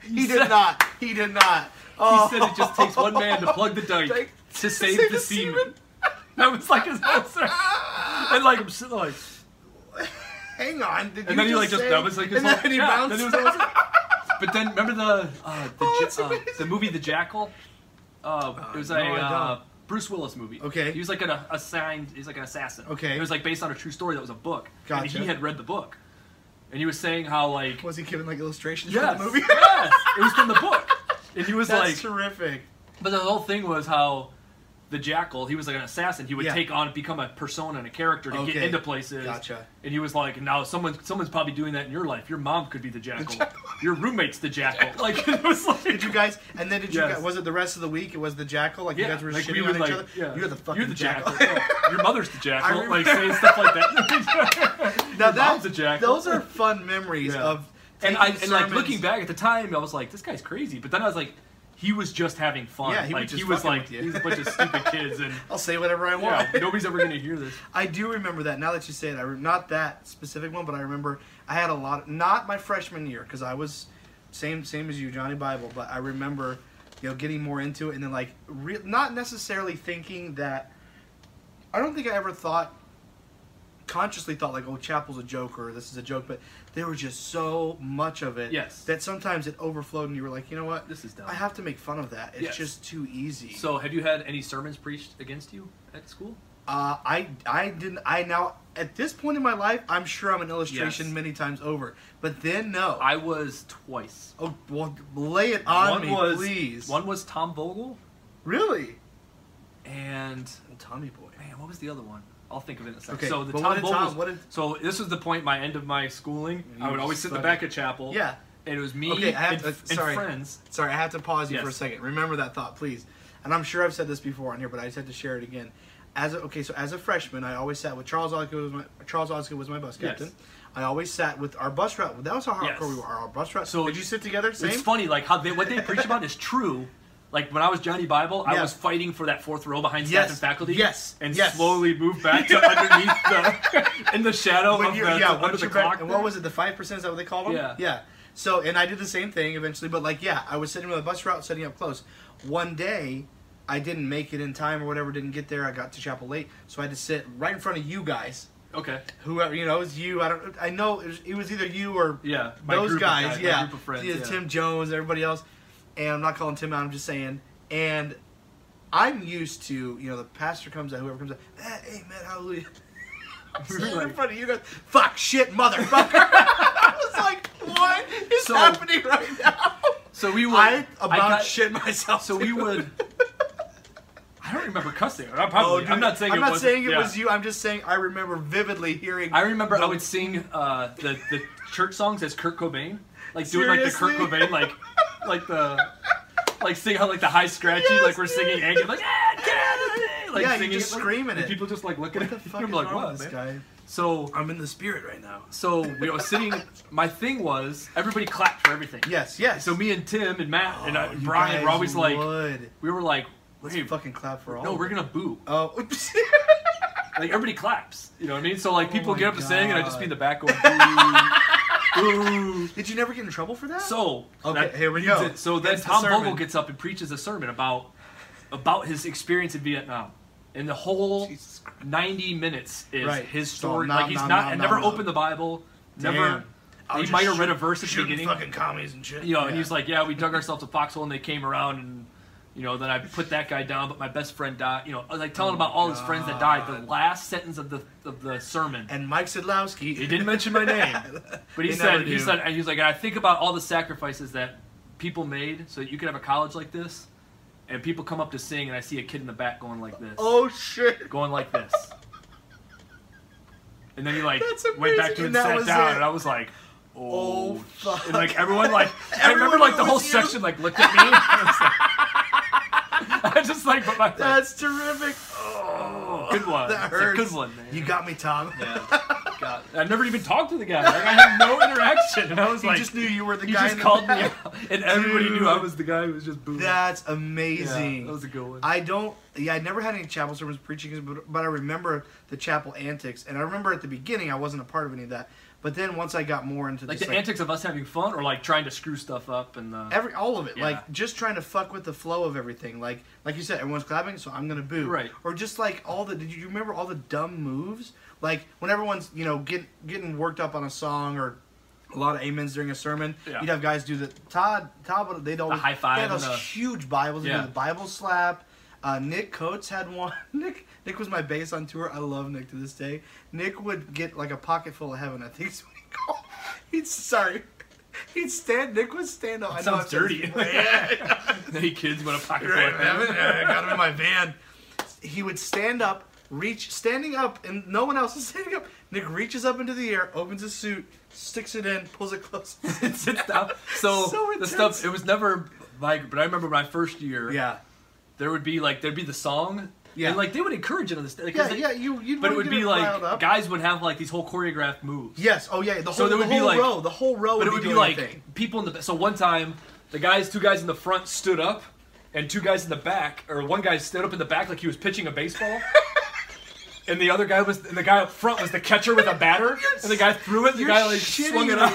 He did
said-
not. He did not.
He
Oh.
said it just takes one man to plug the dike
Dike
to save the seaman. That was like his answer. And like I'm sitting like,
Hang on. Did
and
you
then he like just
say-
that was like his
and
whole,
then he
yeah,
bounced.
then it was "Ah." always- But then remember the uh, the,
Oh,
ja-
that's
uh,
amazing.
the movie The Jackal. Uh, it was
no,
a
I don't.
uh, Bruce Willis movie.
Okay.
He was like an a- assigned. He's like an assassin.
Okay.
It was like based on a true story that was a book. And
Gotcha.
he had read the book, and he was saying how like
Was he giving like illustrations
yes,
for the movie?
yes, it was from the book, and he was
That's
like,
terrific.
but the whole thing was how the jackal, he was like an assassin. He would
Yeah.
take on, become a persona and a character to
Okay.
get into places.
Gotcha.
And he was like, now someone, someone's probably doing that in your life. Your mom could be the jackal.
jackal.
Your roommate's the jackal. Like it was like.
Did you guys? And then did you?
Yes.
Guys, was it the rest of the week? It was the jackal. Like you
yeah,
guys were
like
shitting
we
on
would
each
like,
other.
yeah,
You're the fucking
the
jackal.
jackal. Yeah. Your mother's the jackal.
remember-
Like saying stuff like that.
now
Your
that
mom's a jackal.
those are fun memories
Yeah.
of.
and I
taking
and like
sermons.
looking back at the time, I was like, this guy's crazy. But then I was like, he was just having fun.
Yeah, he was
like
just
he was
fucking
like
with you.
he's a bunch of stupid kids, and
I'll say whatever I want.
yeah, nobody's ever gonna hear this.
I do remember that. Now that you say it, I re- not that specific one, but I remember I had a lot. Not my freshman year because I was same same as you, Johnny Bible. But I remember, you know, getting more into it and then like re- not necessarily thinking that. I don't think I ever thought consciously thought like, oh, chapel's a joke or this is a joke, but there was just so much of it
Yes.
that sometimes it overflowed and you were like, you know what,
This is dumb.
I have to make fun of that. It's
Yes.
just too easy.
So, have you had any sermons preached against you at school?
Uh, I I didn't I now at this point in my life I'm sure I'm an illustration
Yes.
many times over, but then no.
I was twice.
oh well, lay it on me,
was
please.
one was Tom Vogel
really?
and
Tommy boy.
man, what was the other one? I'll think of it in a second.
Okay,
so the
but
Tom
what did
Vogel.
Tom- what did-
so this was the point, my end of my schooling.
You
I would
were
always
just
sit in the
fucking-
back of chapel.
Yeah.
And it was me
Okay, I have
and,
to- uh,
f- and
sorry.
friends.
Sorry, I have to pause you for a
Yes.
second. Remember that thought, please. And I'm sure I've said this before on here, but I just had to share it again. As a, okay, so as a freshman, I always sat with Charles Osgood was my Charles Osgood was my bus
Yes.
captain. I always sat with our bus route. That was how hardcore
Yes.
we were. Our bus route.
So-
did you sit together? Same.
It's funny, like how they what they preach about is true. Like when I was Johnny Bible, I
Yeah.
was fighting for that fourth row behind
Yes.
staff and faculty.
Yes.
And
Yes.
slowly moved back to underneath the in the shadow
When
of the
you- yeah,
under
once
the
you gra-
clock.
and what was it? The five percent is that what they called them?
Yeah.
Yeah. So and I did the same thing eventually, but like yeah, I was sitting with a bus route, setting up close. One day, I didn't make it in time or whatever, didn't get there. I got to chapel late, so I had to sit right in front of you guys.
okay.
Whoever you know, it was you. I don't. I know it was, it was either you or
Yeah. my
those
group of
guys,
my
yeah.
group of friends.
Yeah,
yeah.
Tim Jones, everybody else. And I'm not calling Tim out, I'm just saying. And I'm used to, you know, the pastor comes out, whoever comes out, "Ah, amen, hallelujah. I'm sitting in
Right.
front of you guys, fuck shit, motherfucker. I was like, what is
So-
happening right now?
So we would
I about
got-
shit myself.
So we
too.
would. I don't remember cussing. I
Oh,
probably.
dude,
I'm not saying.
I'm
it
not
was,
saying it
yeah.
was you. I'm just saying I remember vividly hearing.
I remember I
the-
would sing uh, the the church songs as Kurt Cobain, like doing like the Kurt
Seriously?
Cobain like like the like sing how like the high scratchy
Yes,
like we're singing
dude.
angry like ah, Kennedy! like
Yeah, you
singing
just
it, like,
screaming
and
it.
people just like looking
What
at
the fuck
I'm
is
like
wrong
what
with this
man?
guy?
So
I'm in the spirit right now.
so we were sitting. My thing was everybody clapped for everything.
Yes, yes.
So me and Tim and Matt and, I,
Oh,
and
you
Uh, Brian were
guys
always like
would.
we were like
Let's
hey
fucking clap for all.
no
of
we're
them.
gonna boo
Oh, oops.
like everybody claps. You know what I mean? So like
Oh
people
my
get up to sing, and I just
God.
be in the back going boo, boo.
Did you never get in trouble for that?
So
Okay, here we go.
So then
Here's the
Tom
sermon.
Vogel gets up and preaches a sermon about about his experience in Vietnam, and the whole
Jesus Christ.
ninety minutes is
Right.
his
So
story.
nom,
like he's
nom,
not
nom,
and
nom,
never
nom.
opened the Bible. Never.
Damn. I was
he might
just
have read a
shoot-
verse at the
shooting
beginning.
fucking commies and shit.
You know, and he's like, "Yeah, we dug ourselves a foxhole, and they came around, and you know, then I put that guy down, but my best friend died." You know, I was, like telling about all his friends that died. The
Oh God.
last sentence of the of the sermon.
and Mike Sidlowski.
He didn't mention my name, but he
They
said
never
he
do.
said and he was like, I think about all the sacrifices that people made so that you could have a college like this, and people come up to sing, and I see a kid in the back going like this,
Oh shit.
going like this, and then he like
That's
went back
amazing,
to
and
it and
that
sat
was
down,
it.
and I was like, oh,
Oh, fuck.
and like everyone like I
Everyone
remember like the
who
whole
was you?
section like looked at me. and I was like- I just like put my
That's terrific. Oh,
good one.
That
It's a
hurts.
good one, man.
You got me, Tom.
Yeah. God. I've never even talked to the guy. Like I had no interaction, and I was
He
like,
just knew you were the
he
guy.
just
in the
called me
back.
out, and everybody
Dude.
knew I was the guy who was just booing.
That's
Yeah,
amazing.
that was a good one.
I don't. Yeah, I never had any chapel sermons preaching, but, but I remember the chapel antics, and I remember at the beginning I wasn't a part of any of that. But then once I got more into
like
just,
the antics of us having fun, or like trying to screw stuff up, and uh,
every all of it,
Yeah.
like just trying to fuck with the flow of everything. Like like you said, everyone's clapping, so I'm gonna boo.
Right.
Or just like all the. Did you remember all the dumb moves? Like when everyone's you know get getting worked up on a song or. A lot of amens during a sermon.
Yeah.
You'd have guys do the Todd. Todd, would- they'd always
high five
They had
and
those
the-
huge Bibles. They'd do
Yeah.
the Bible slap. Uh, Nick Coates had one. Nick Nick was my bass on tour. I love Nick to this day. Nick would get like a pocket full of heaven. I think is what he called. He'd sorry. He'd stand. Nick would stand up. I know
sounds
I've said this
dirty.
before. yeah, yeah.
hey kids, what a pocket full
Right,
of heaven.
man. Yeah, I got him in my van. He would stand up, reach, standing up, and no one else is standing up. Nick reaches up into the air, opens his suit, sticks it in, pulls it close.
It's stuff. So,
So
the
intense.
stuff it was never like, but I remember my first year.
yeah,
there would be like there'd be the song.
Yeah.
and like they would encourage it on this. Like, 'cause
yeah,
they-
yeah. You, you'd
But
wanna
it would
get
be
riled up.
like guys would have like these whole choreographed moves.
Yes. Oh yeah. The whole,
So there
the
would be,
whole
like-
row. The whole row.
But it would be like
Thing.
people in the so one time the guys two guys in the front stood up and two guys in the back or one guy stood up in the back like he was pitching a baseball. And the other guy was, and the guy up front was the catcher with a batter, and the guy threw it. The
you're
guy like
shitting
swung it up.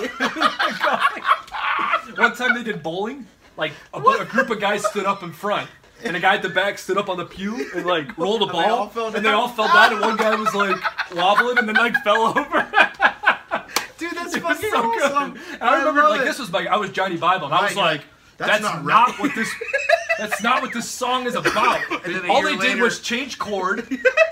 One time they did bowling, like a, bu- a group of guys stood up in front, and a guy at the back stood up on the pew and like rolled a
they all
ball,
fell
and they all fell down, and one guy was like wobbling, and then like fell over.
Dude, that's
It was
fucking
so good.
awesome.
And I remember
love
like
it.
this was like I was Johnny Bible and I
Right,
was
you're
like
like,
that's,
"That's
not,
not right."
what this That's not what this song is about.
And then a
All
year
they did
later-
was change chord,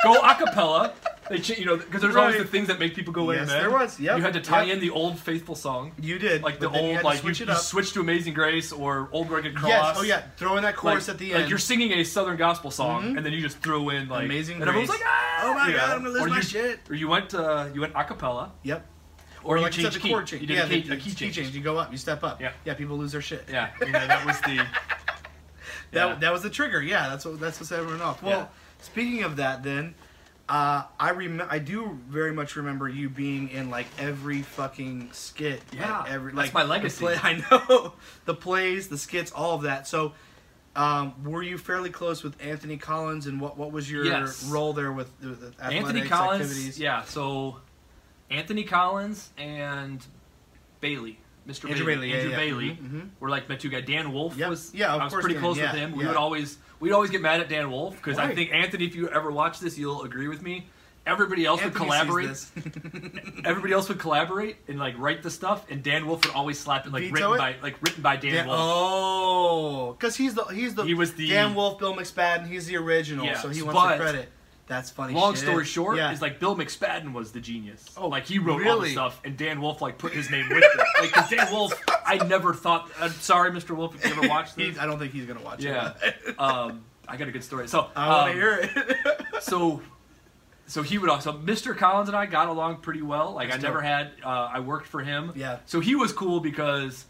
go a cappella. They cha- you know because there's always
Right.
the things that make people go
Yes,
amen.
there was, yep,
you had to tie
yep.
in the old faithful song,
You did
like
but
the
then you
old
had to
like you,
switch it
you
up.
switched to Amazing Grace or Old Rugged Cross.
Yes. Oh yeah. Throw in that chorus
like,
at the
like
end.
you're singing a southern gospel song,
Mhm.
and then you just threw in like
Amazing
and everyone's
Grace.
like, ah!
Oh my
you
God,
know?
I'm gonna lose
Or
my
you-
shit.
Or you went uh, you went a cappella,
yep.
or, you
like you said,
changed
the
key.
chord change.
You did
yeah,
a key,
the,
a key change.
You go up. You step up.
Yeah.
Yeah. People lose their shit.
Yeah, you know that was the.
That,
Yeah.
that was the trigger. Yeah, that's what that's what set everyone off. Well,
Yeah.
speaking of that, then uh, I rem- I do very much remember you being in like every fucking skit. like,
Yeah,
every like
that's my
the
legacy.
play- I know the plays, the skits, all of that. So, um, were you fairly close with Anthony Collins, and what what was your
Yes.
role there with, with the athletics
Anthony Collins.
activities?
Yeah, so Anthony Collins and Bailey, Mr.
Andrew Bailey,
Bailey,
yeah,
Andrew
yeah.
Bailey,
Mhm, mhm.
were like my two guys. Dan Wolf
Yep.
was.
Yeah, of
I was
course
pretty
Dan,
close with
yeah,
him. We
yeah.
would always we'd always get mad at Dan Wolf because I
Why?
think Anthony, if you ever watch this, you'll agree with me. Everybody else
Anthony
would collaborate.
sees this.
Everybody else would collaborate and like write the stuff, and Dan Wolf would always slap it like
Veto
written
it?
by like written by Dan
Dan,
Wolf.
oh, because he's the he's the
He was the-
Dan Wolf, Bill McSpadden. He's the original,
Yeah,
so he wants
but-
the credit. That's funny.
Long
shit.
story short,
yeah.
is like Bill McSpadden was the genius.
Oh,
Oh, like he wrote all the
really?
stuff, and Dan Wolf like put his name with it. Like 'cause Dan Wolf, I never thought. I'm sorry, Mr. Wolf, if you ever watched
He-
this.
I don't think he's gonna watch
yeah,
it.
um, I got a good story. So
I want to
um,
hear it.
so so he would also Mr. Collins and I got along pretty well. Like
That's
I never
dope.
had. Uh, I worked for him.
Yeah.
So he was cool because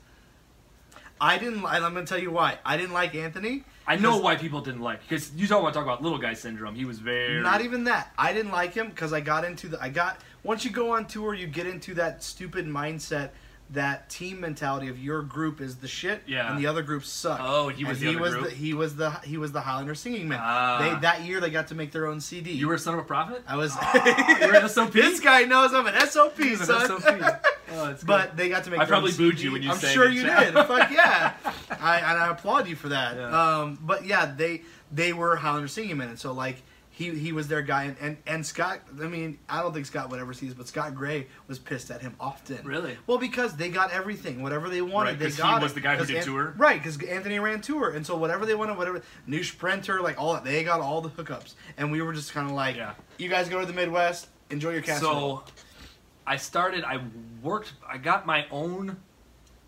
I didn't. li- And I'm gonna tell you why. I didn't like Anthony.
I know
Because-
why people didn't like because you don't want to talk about little guy syndrome. He was very
Not even that. I didn't like him because I got into the. I got once you go on tour, you get into that stupid mindset, that team mentality of your group is the shit,
Yeah.
and the other groups suck.
Oh, he was
And
the
he
other
was
group?
the he was the he was the Highlander singing man.
Ah.
They that year they got to make their own CD.
You were a son of a prophet.
I was.
you were an SOP.
this guy knows I'm an SOP,
He was an
son.
SOP. Oh, it's good.
But they got to make.
I
their own
probably booed
CD.
you when you
I'm
sang
sure
it,
you
Chad.
did. Fuck yeah! I and I applaud you for that.
Yeah.
Um, but yeah, they they were Highlander singing men, and so like he he was their guy, and, and and Scott. I mean, I don't think Scott would ever see this, but Scott Gray was pissed at him often.
Really?
Well, because they got everything, whatever they wanted,
Right,
they
'cause he
got. it.
was the guy who
'Cause
did tour?
Right, because Anthony ran tour, and so whatever they wanted, whatever new sprinter, like all that, they got all the hookups, and we were just kind of like,
Yeah.
you guys go to the Midwest, enjoy your castle.
So I started. I worked. I got my own.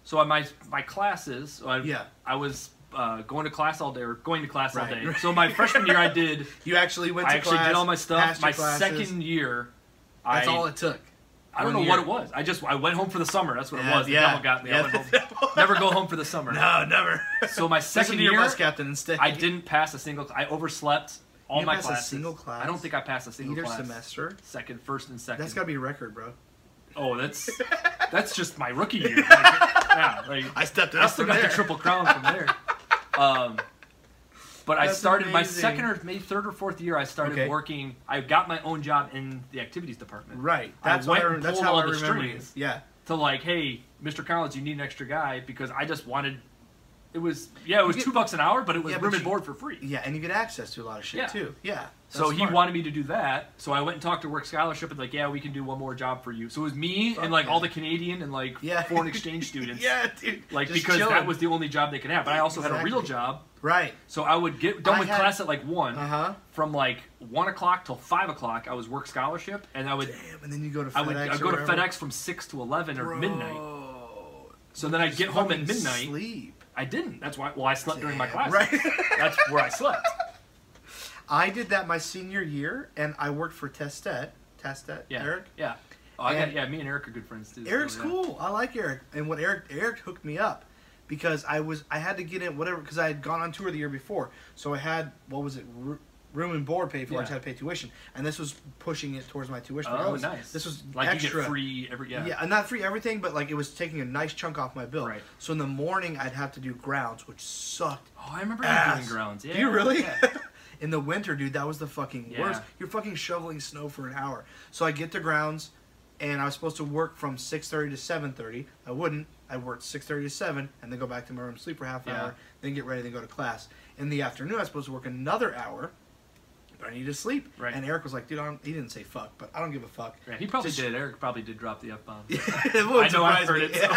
So I- my my classes. So I,
Yeah.
I was uh, going to class all day or going to class all
Right.
day. So my freshman year, I did.
you actually went. To
I actually
class,
did all my
passed
stuff.
your
My
classes.
second year.
That's
I,
all it took.
I don't know
one
what
year.
it was. I just I went home for the summer. That's what
Yeah,
it was. The
yeah.
devil got me. I
Yeah,
went
the
home.
devil.
Never go home for the summer.
No, never.
So my
Second
second
year,
year,
bus captain instead.
I didn't pass a single. I overslept all
You didn't
my
pass a
classes.
single class?
I don't think I passed a single
either
class.
semester.
Second, first, and second.
That's gotta be a record, bro.
Oh, that's that's just my rookie year. Like, yeah, like,
I stepped
I still got the triple crown from there. Um, but I
That's
started my
amazing.
second or maybe third or fourth year. I started
Okay.
working. I got my own job in the activities department.
Right.
I
That's
went
why I-
and
that's
pulled
how
all
I
the
remember you.
strings.
Yeah.
To like, hey, Mr. Collins, you need an extra guy because I just wanted. It was yeah, it was
get-
two bucks an hour, but it was
Yeah, but
room and
you-
board for free.
Yeah, and you get access to a lot of shit
Yeah.
too. Yeah. that's
So he
smart.
wanted me to do that. So I went and talked to Work Scholarship and like, yeah, we can do one more job for you. So it was me
Fuck
and like
yeah.
all the Canadian and like
Yeah.
foreign exchange students.
Yeah, dude.
Like
Just
because
chilling.
that was the only job they could have. But I also had a real
Exactly.
job.
right.
So I would get done
I
with
had-
class at like one.
Uh huh.
From like one o'clock till five o'clock, I was work scholarship, and I would
Damn, and then you go to FedEx.
I would I'd
or
go to
wherever.
FedEx from six to eleven or
Bro.
midnight. So then I'd get home at
Fucking
midnight.
Sleep.
I didn't. That's why. Well, I slept during my
Damn,
class.
Right.
That's where I slept.
I did that my senior year, and I worked for Testet. Testet.
Yeah.
Eric.
Yeah. Oh, I got,
And-
yeah. Me and Eric are good friends too. so
Eric's
yeah.
cool. I like Eric. And what Eric Eric hooked me up because I was I had to get in whatever because I had gone on tour the year before, so I had what was it ru- room and board paid for. I just
Yeah.
had to pay tuition, and this was pushing it towards my tuition. Like, I
Oh,
was-
nice.
This was
like you
extra.
get free every yeah.
Yeah. and not free everything, but like it was taking a nice chunk off my bill.
Right.
So in the morning, I'd have to do grounds, which sucked
Oh, I remember you
ass.
doing grounds. Yeah.
Do you really?
yeah.
In the winter, dude, that was the fucking
Yeah.
worst. You're fucking shoveling snow for an hour. So I get to grounds, and I was supposed to work from six thirty to seven thirty. I wouldn't. I worked six thirty to seven, and then go back to my room, sleep for half an
Yeah.
hour, then get ready, then go to class. In the afternoon, I was supposed to work another hour. But I need to sleep.
Right.
And Eric was like, "Dude, I don't, he didn't say fuck, but I don't give a fuck."
Yeah, he probably
Just- Oh,
did. Eric probably did drop the f bomb.
it wouldn't
I know, I've
surprise
heard
me.
it, so-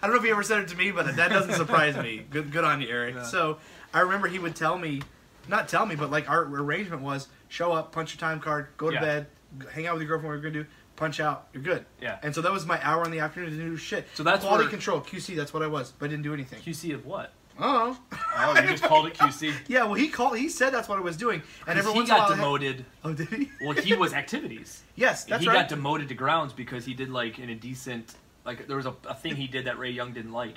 I don't know if he ever said it to me, but that doesn't surprise me. Good, good on you, Eric.
Yeah.
So I remember he would tell me, not tell me, but like our arrangement was: show up, punch your time card, go to
Yeah.
bed, g- hang out with your girlfriend. What you're gonna do? Punch out. You're good.
Yeah.
And so that was my hour in the afternoon to do shit.
So that's
quality
where-
control QC. That's what I was, but I didn't do anything.
QC of what?
Oh.
Oh, you just called it QC.
Yeah. Well, he called. He said that's what I was doing, and every
he
once in a
got
while I had-
demoted.
Oh, did he?
Well, he was activities.
Yes, that's
he
right.
got demoted to grounds because he did like an indecent, like there was a, a thing he did that Ray Young didn't like.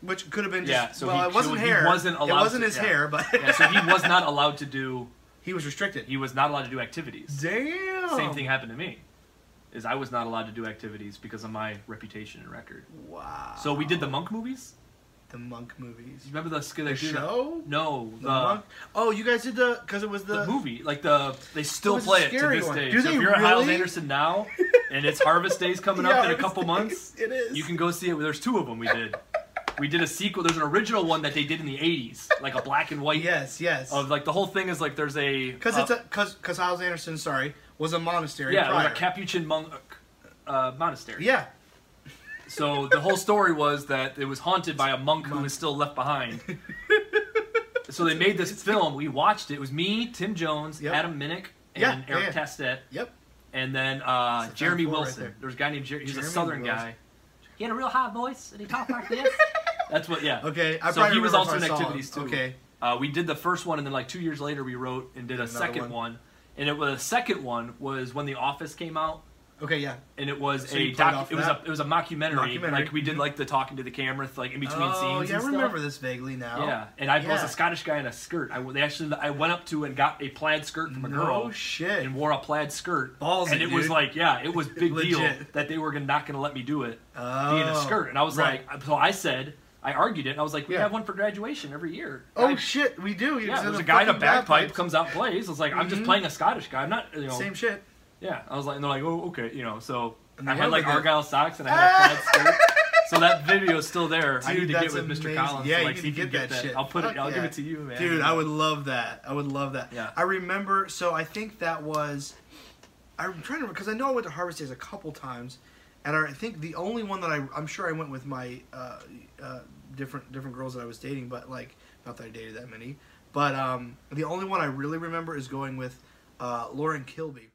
Which could have been just
Yeah, so
well,
he-
it wasn't
so he
hair.
wasn't
it
allowed
wasn't
to-
his
yeah.
hair, but
Yeah, so he was not allowed to do.
he was restricted.
He was not allowed to do activities.
Damn.
Same thing happened to me. Is I was not allowed to do activities because of my reputation and record.
Wow.
So we did the monk movies.
the monk movies.
You remember the skit?
The
they do that-
show.
No,
The
the,
monk. Oh, you guys did the because it was the,
the movie, like the they
It
still
was a
play it to
scary
this
one.
day.
Do
so
they
if you're at Hiles
really?
Anderson now, and it's Harvest Day's coming
Yeah,
up in a
it was-
couple months,
It is.
you can go see it. There's two of them we did. We did a sequel. There's an original one that they did in the '80s, like a black and white.
Yes. Yes.
Of like the whole thing is like there's a
Because
uh,
it's a because because Hiles Anderson, sorry, was a monastery.
yeah, it was
prior.
a Capuchin monk uh, monastery.
Yeah.
So the whole story was that it was haunted by a monk who was still left behind. so they made this film. We watched it. It was me, Tim Jones,
Yep.
Adam Minnick, and
Yeah, yeah,
Eric
yeah.
Tastet.
Yep.
And then uh,
It's a
Jeremy
four right
Wilson.
there.
There's a guy named Jerry. He's a
Jeremy
Southern
Wilson.
guy. He had a real high voice, and he talked like this. That's what. Yeah.
Okay. I
So
probably
he was
remember
also
if I
in
saw it.
activities, too.
Okay.
Uh, we did the first one, and then like two years later, we wrote and did a
Another
second one.
one.
And it was the second one was when The Office came out,
Okay. Yeah.
and it was
So
a
you played
doc.
off
It was a
that?
it was a mockumentary.
Mockumentary, Mm-hmm.
Like we did like the talking to the camera, like in between
oh
scenes.
yeah, I
and stuff.
remember this vaguely now.
Yeah, and I was
Yeah.
a Scottish guy in a skirt. I they actually I went up to and got a plaid skirt from a girl
No shit.
and wore a plaid skirt.
Ballsy,
and it was
dude.
like, yeah, it was big deal
Legit.
that they were gonna, not going to let me do it
oh.
being a skirt. And I was
right.
like, so I said, I argued it. And I was like, we
Yeah.
have one for graduation every year.
Oh
I,
shit, we do.
yeah, there's a guy in a
fucking
bagpipe
bagpipes.
comes out and plays. I was like, I'm just
Mhm.
playing a Scottish guy. I'm not, you know,
Same shit.
yeah. I was like, and they're like, oh, okay, you know. So
And
I
they
had
held
like
it there.
argyle socks and I had a plaid skirt. So that video is still there. I
Dude,
need to get
that's
with Mr.
amazing.
Collins.
Yeah,
so,
you
like,
need
he
to
can
get that shit.
I'll put it.
Fuck
I'll give
yeah.
it to you, man.
Dude, I would love that. I would love that.
Yeah.
I remember. So I think that was. I'm trying to remember because I know I went to Harvest Days a couple times, and I think the only one that I I'm sure I went with my uh, uh, different different girls that I was dating, but like not that I dated that many, but um, the only one I really remember is going with uh, Lauren Kilby.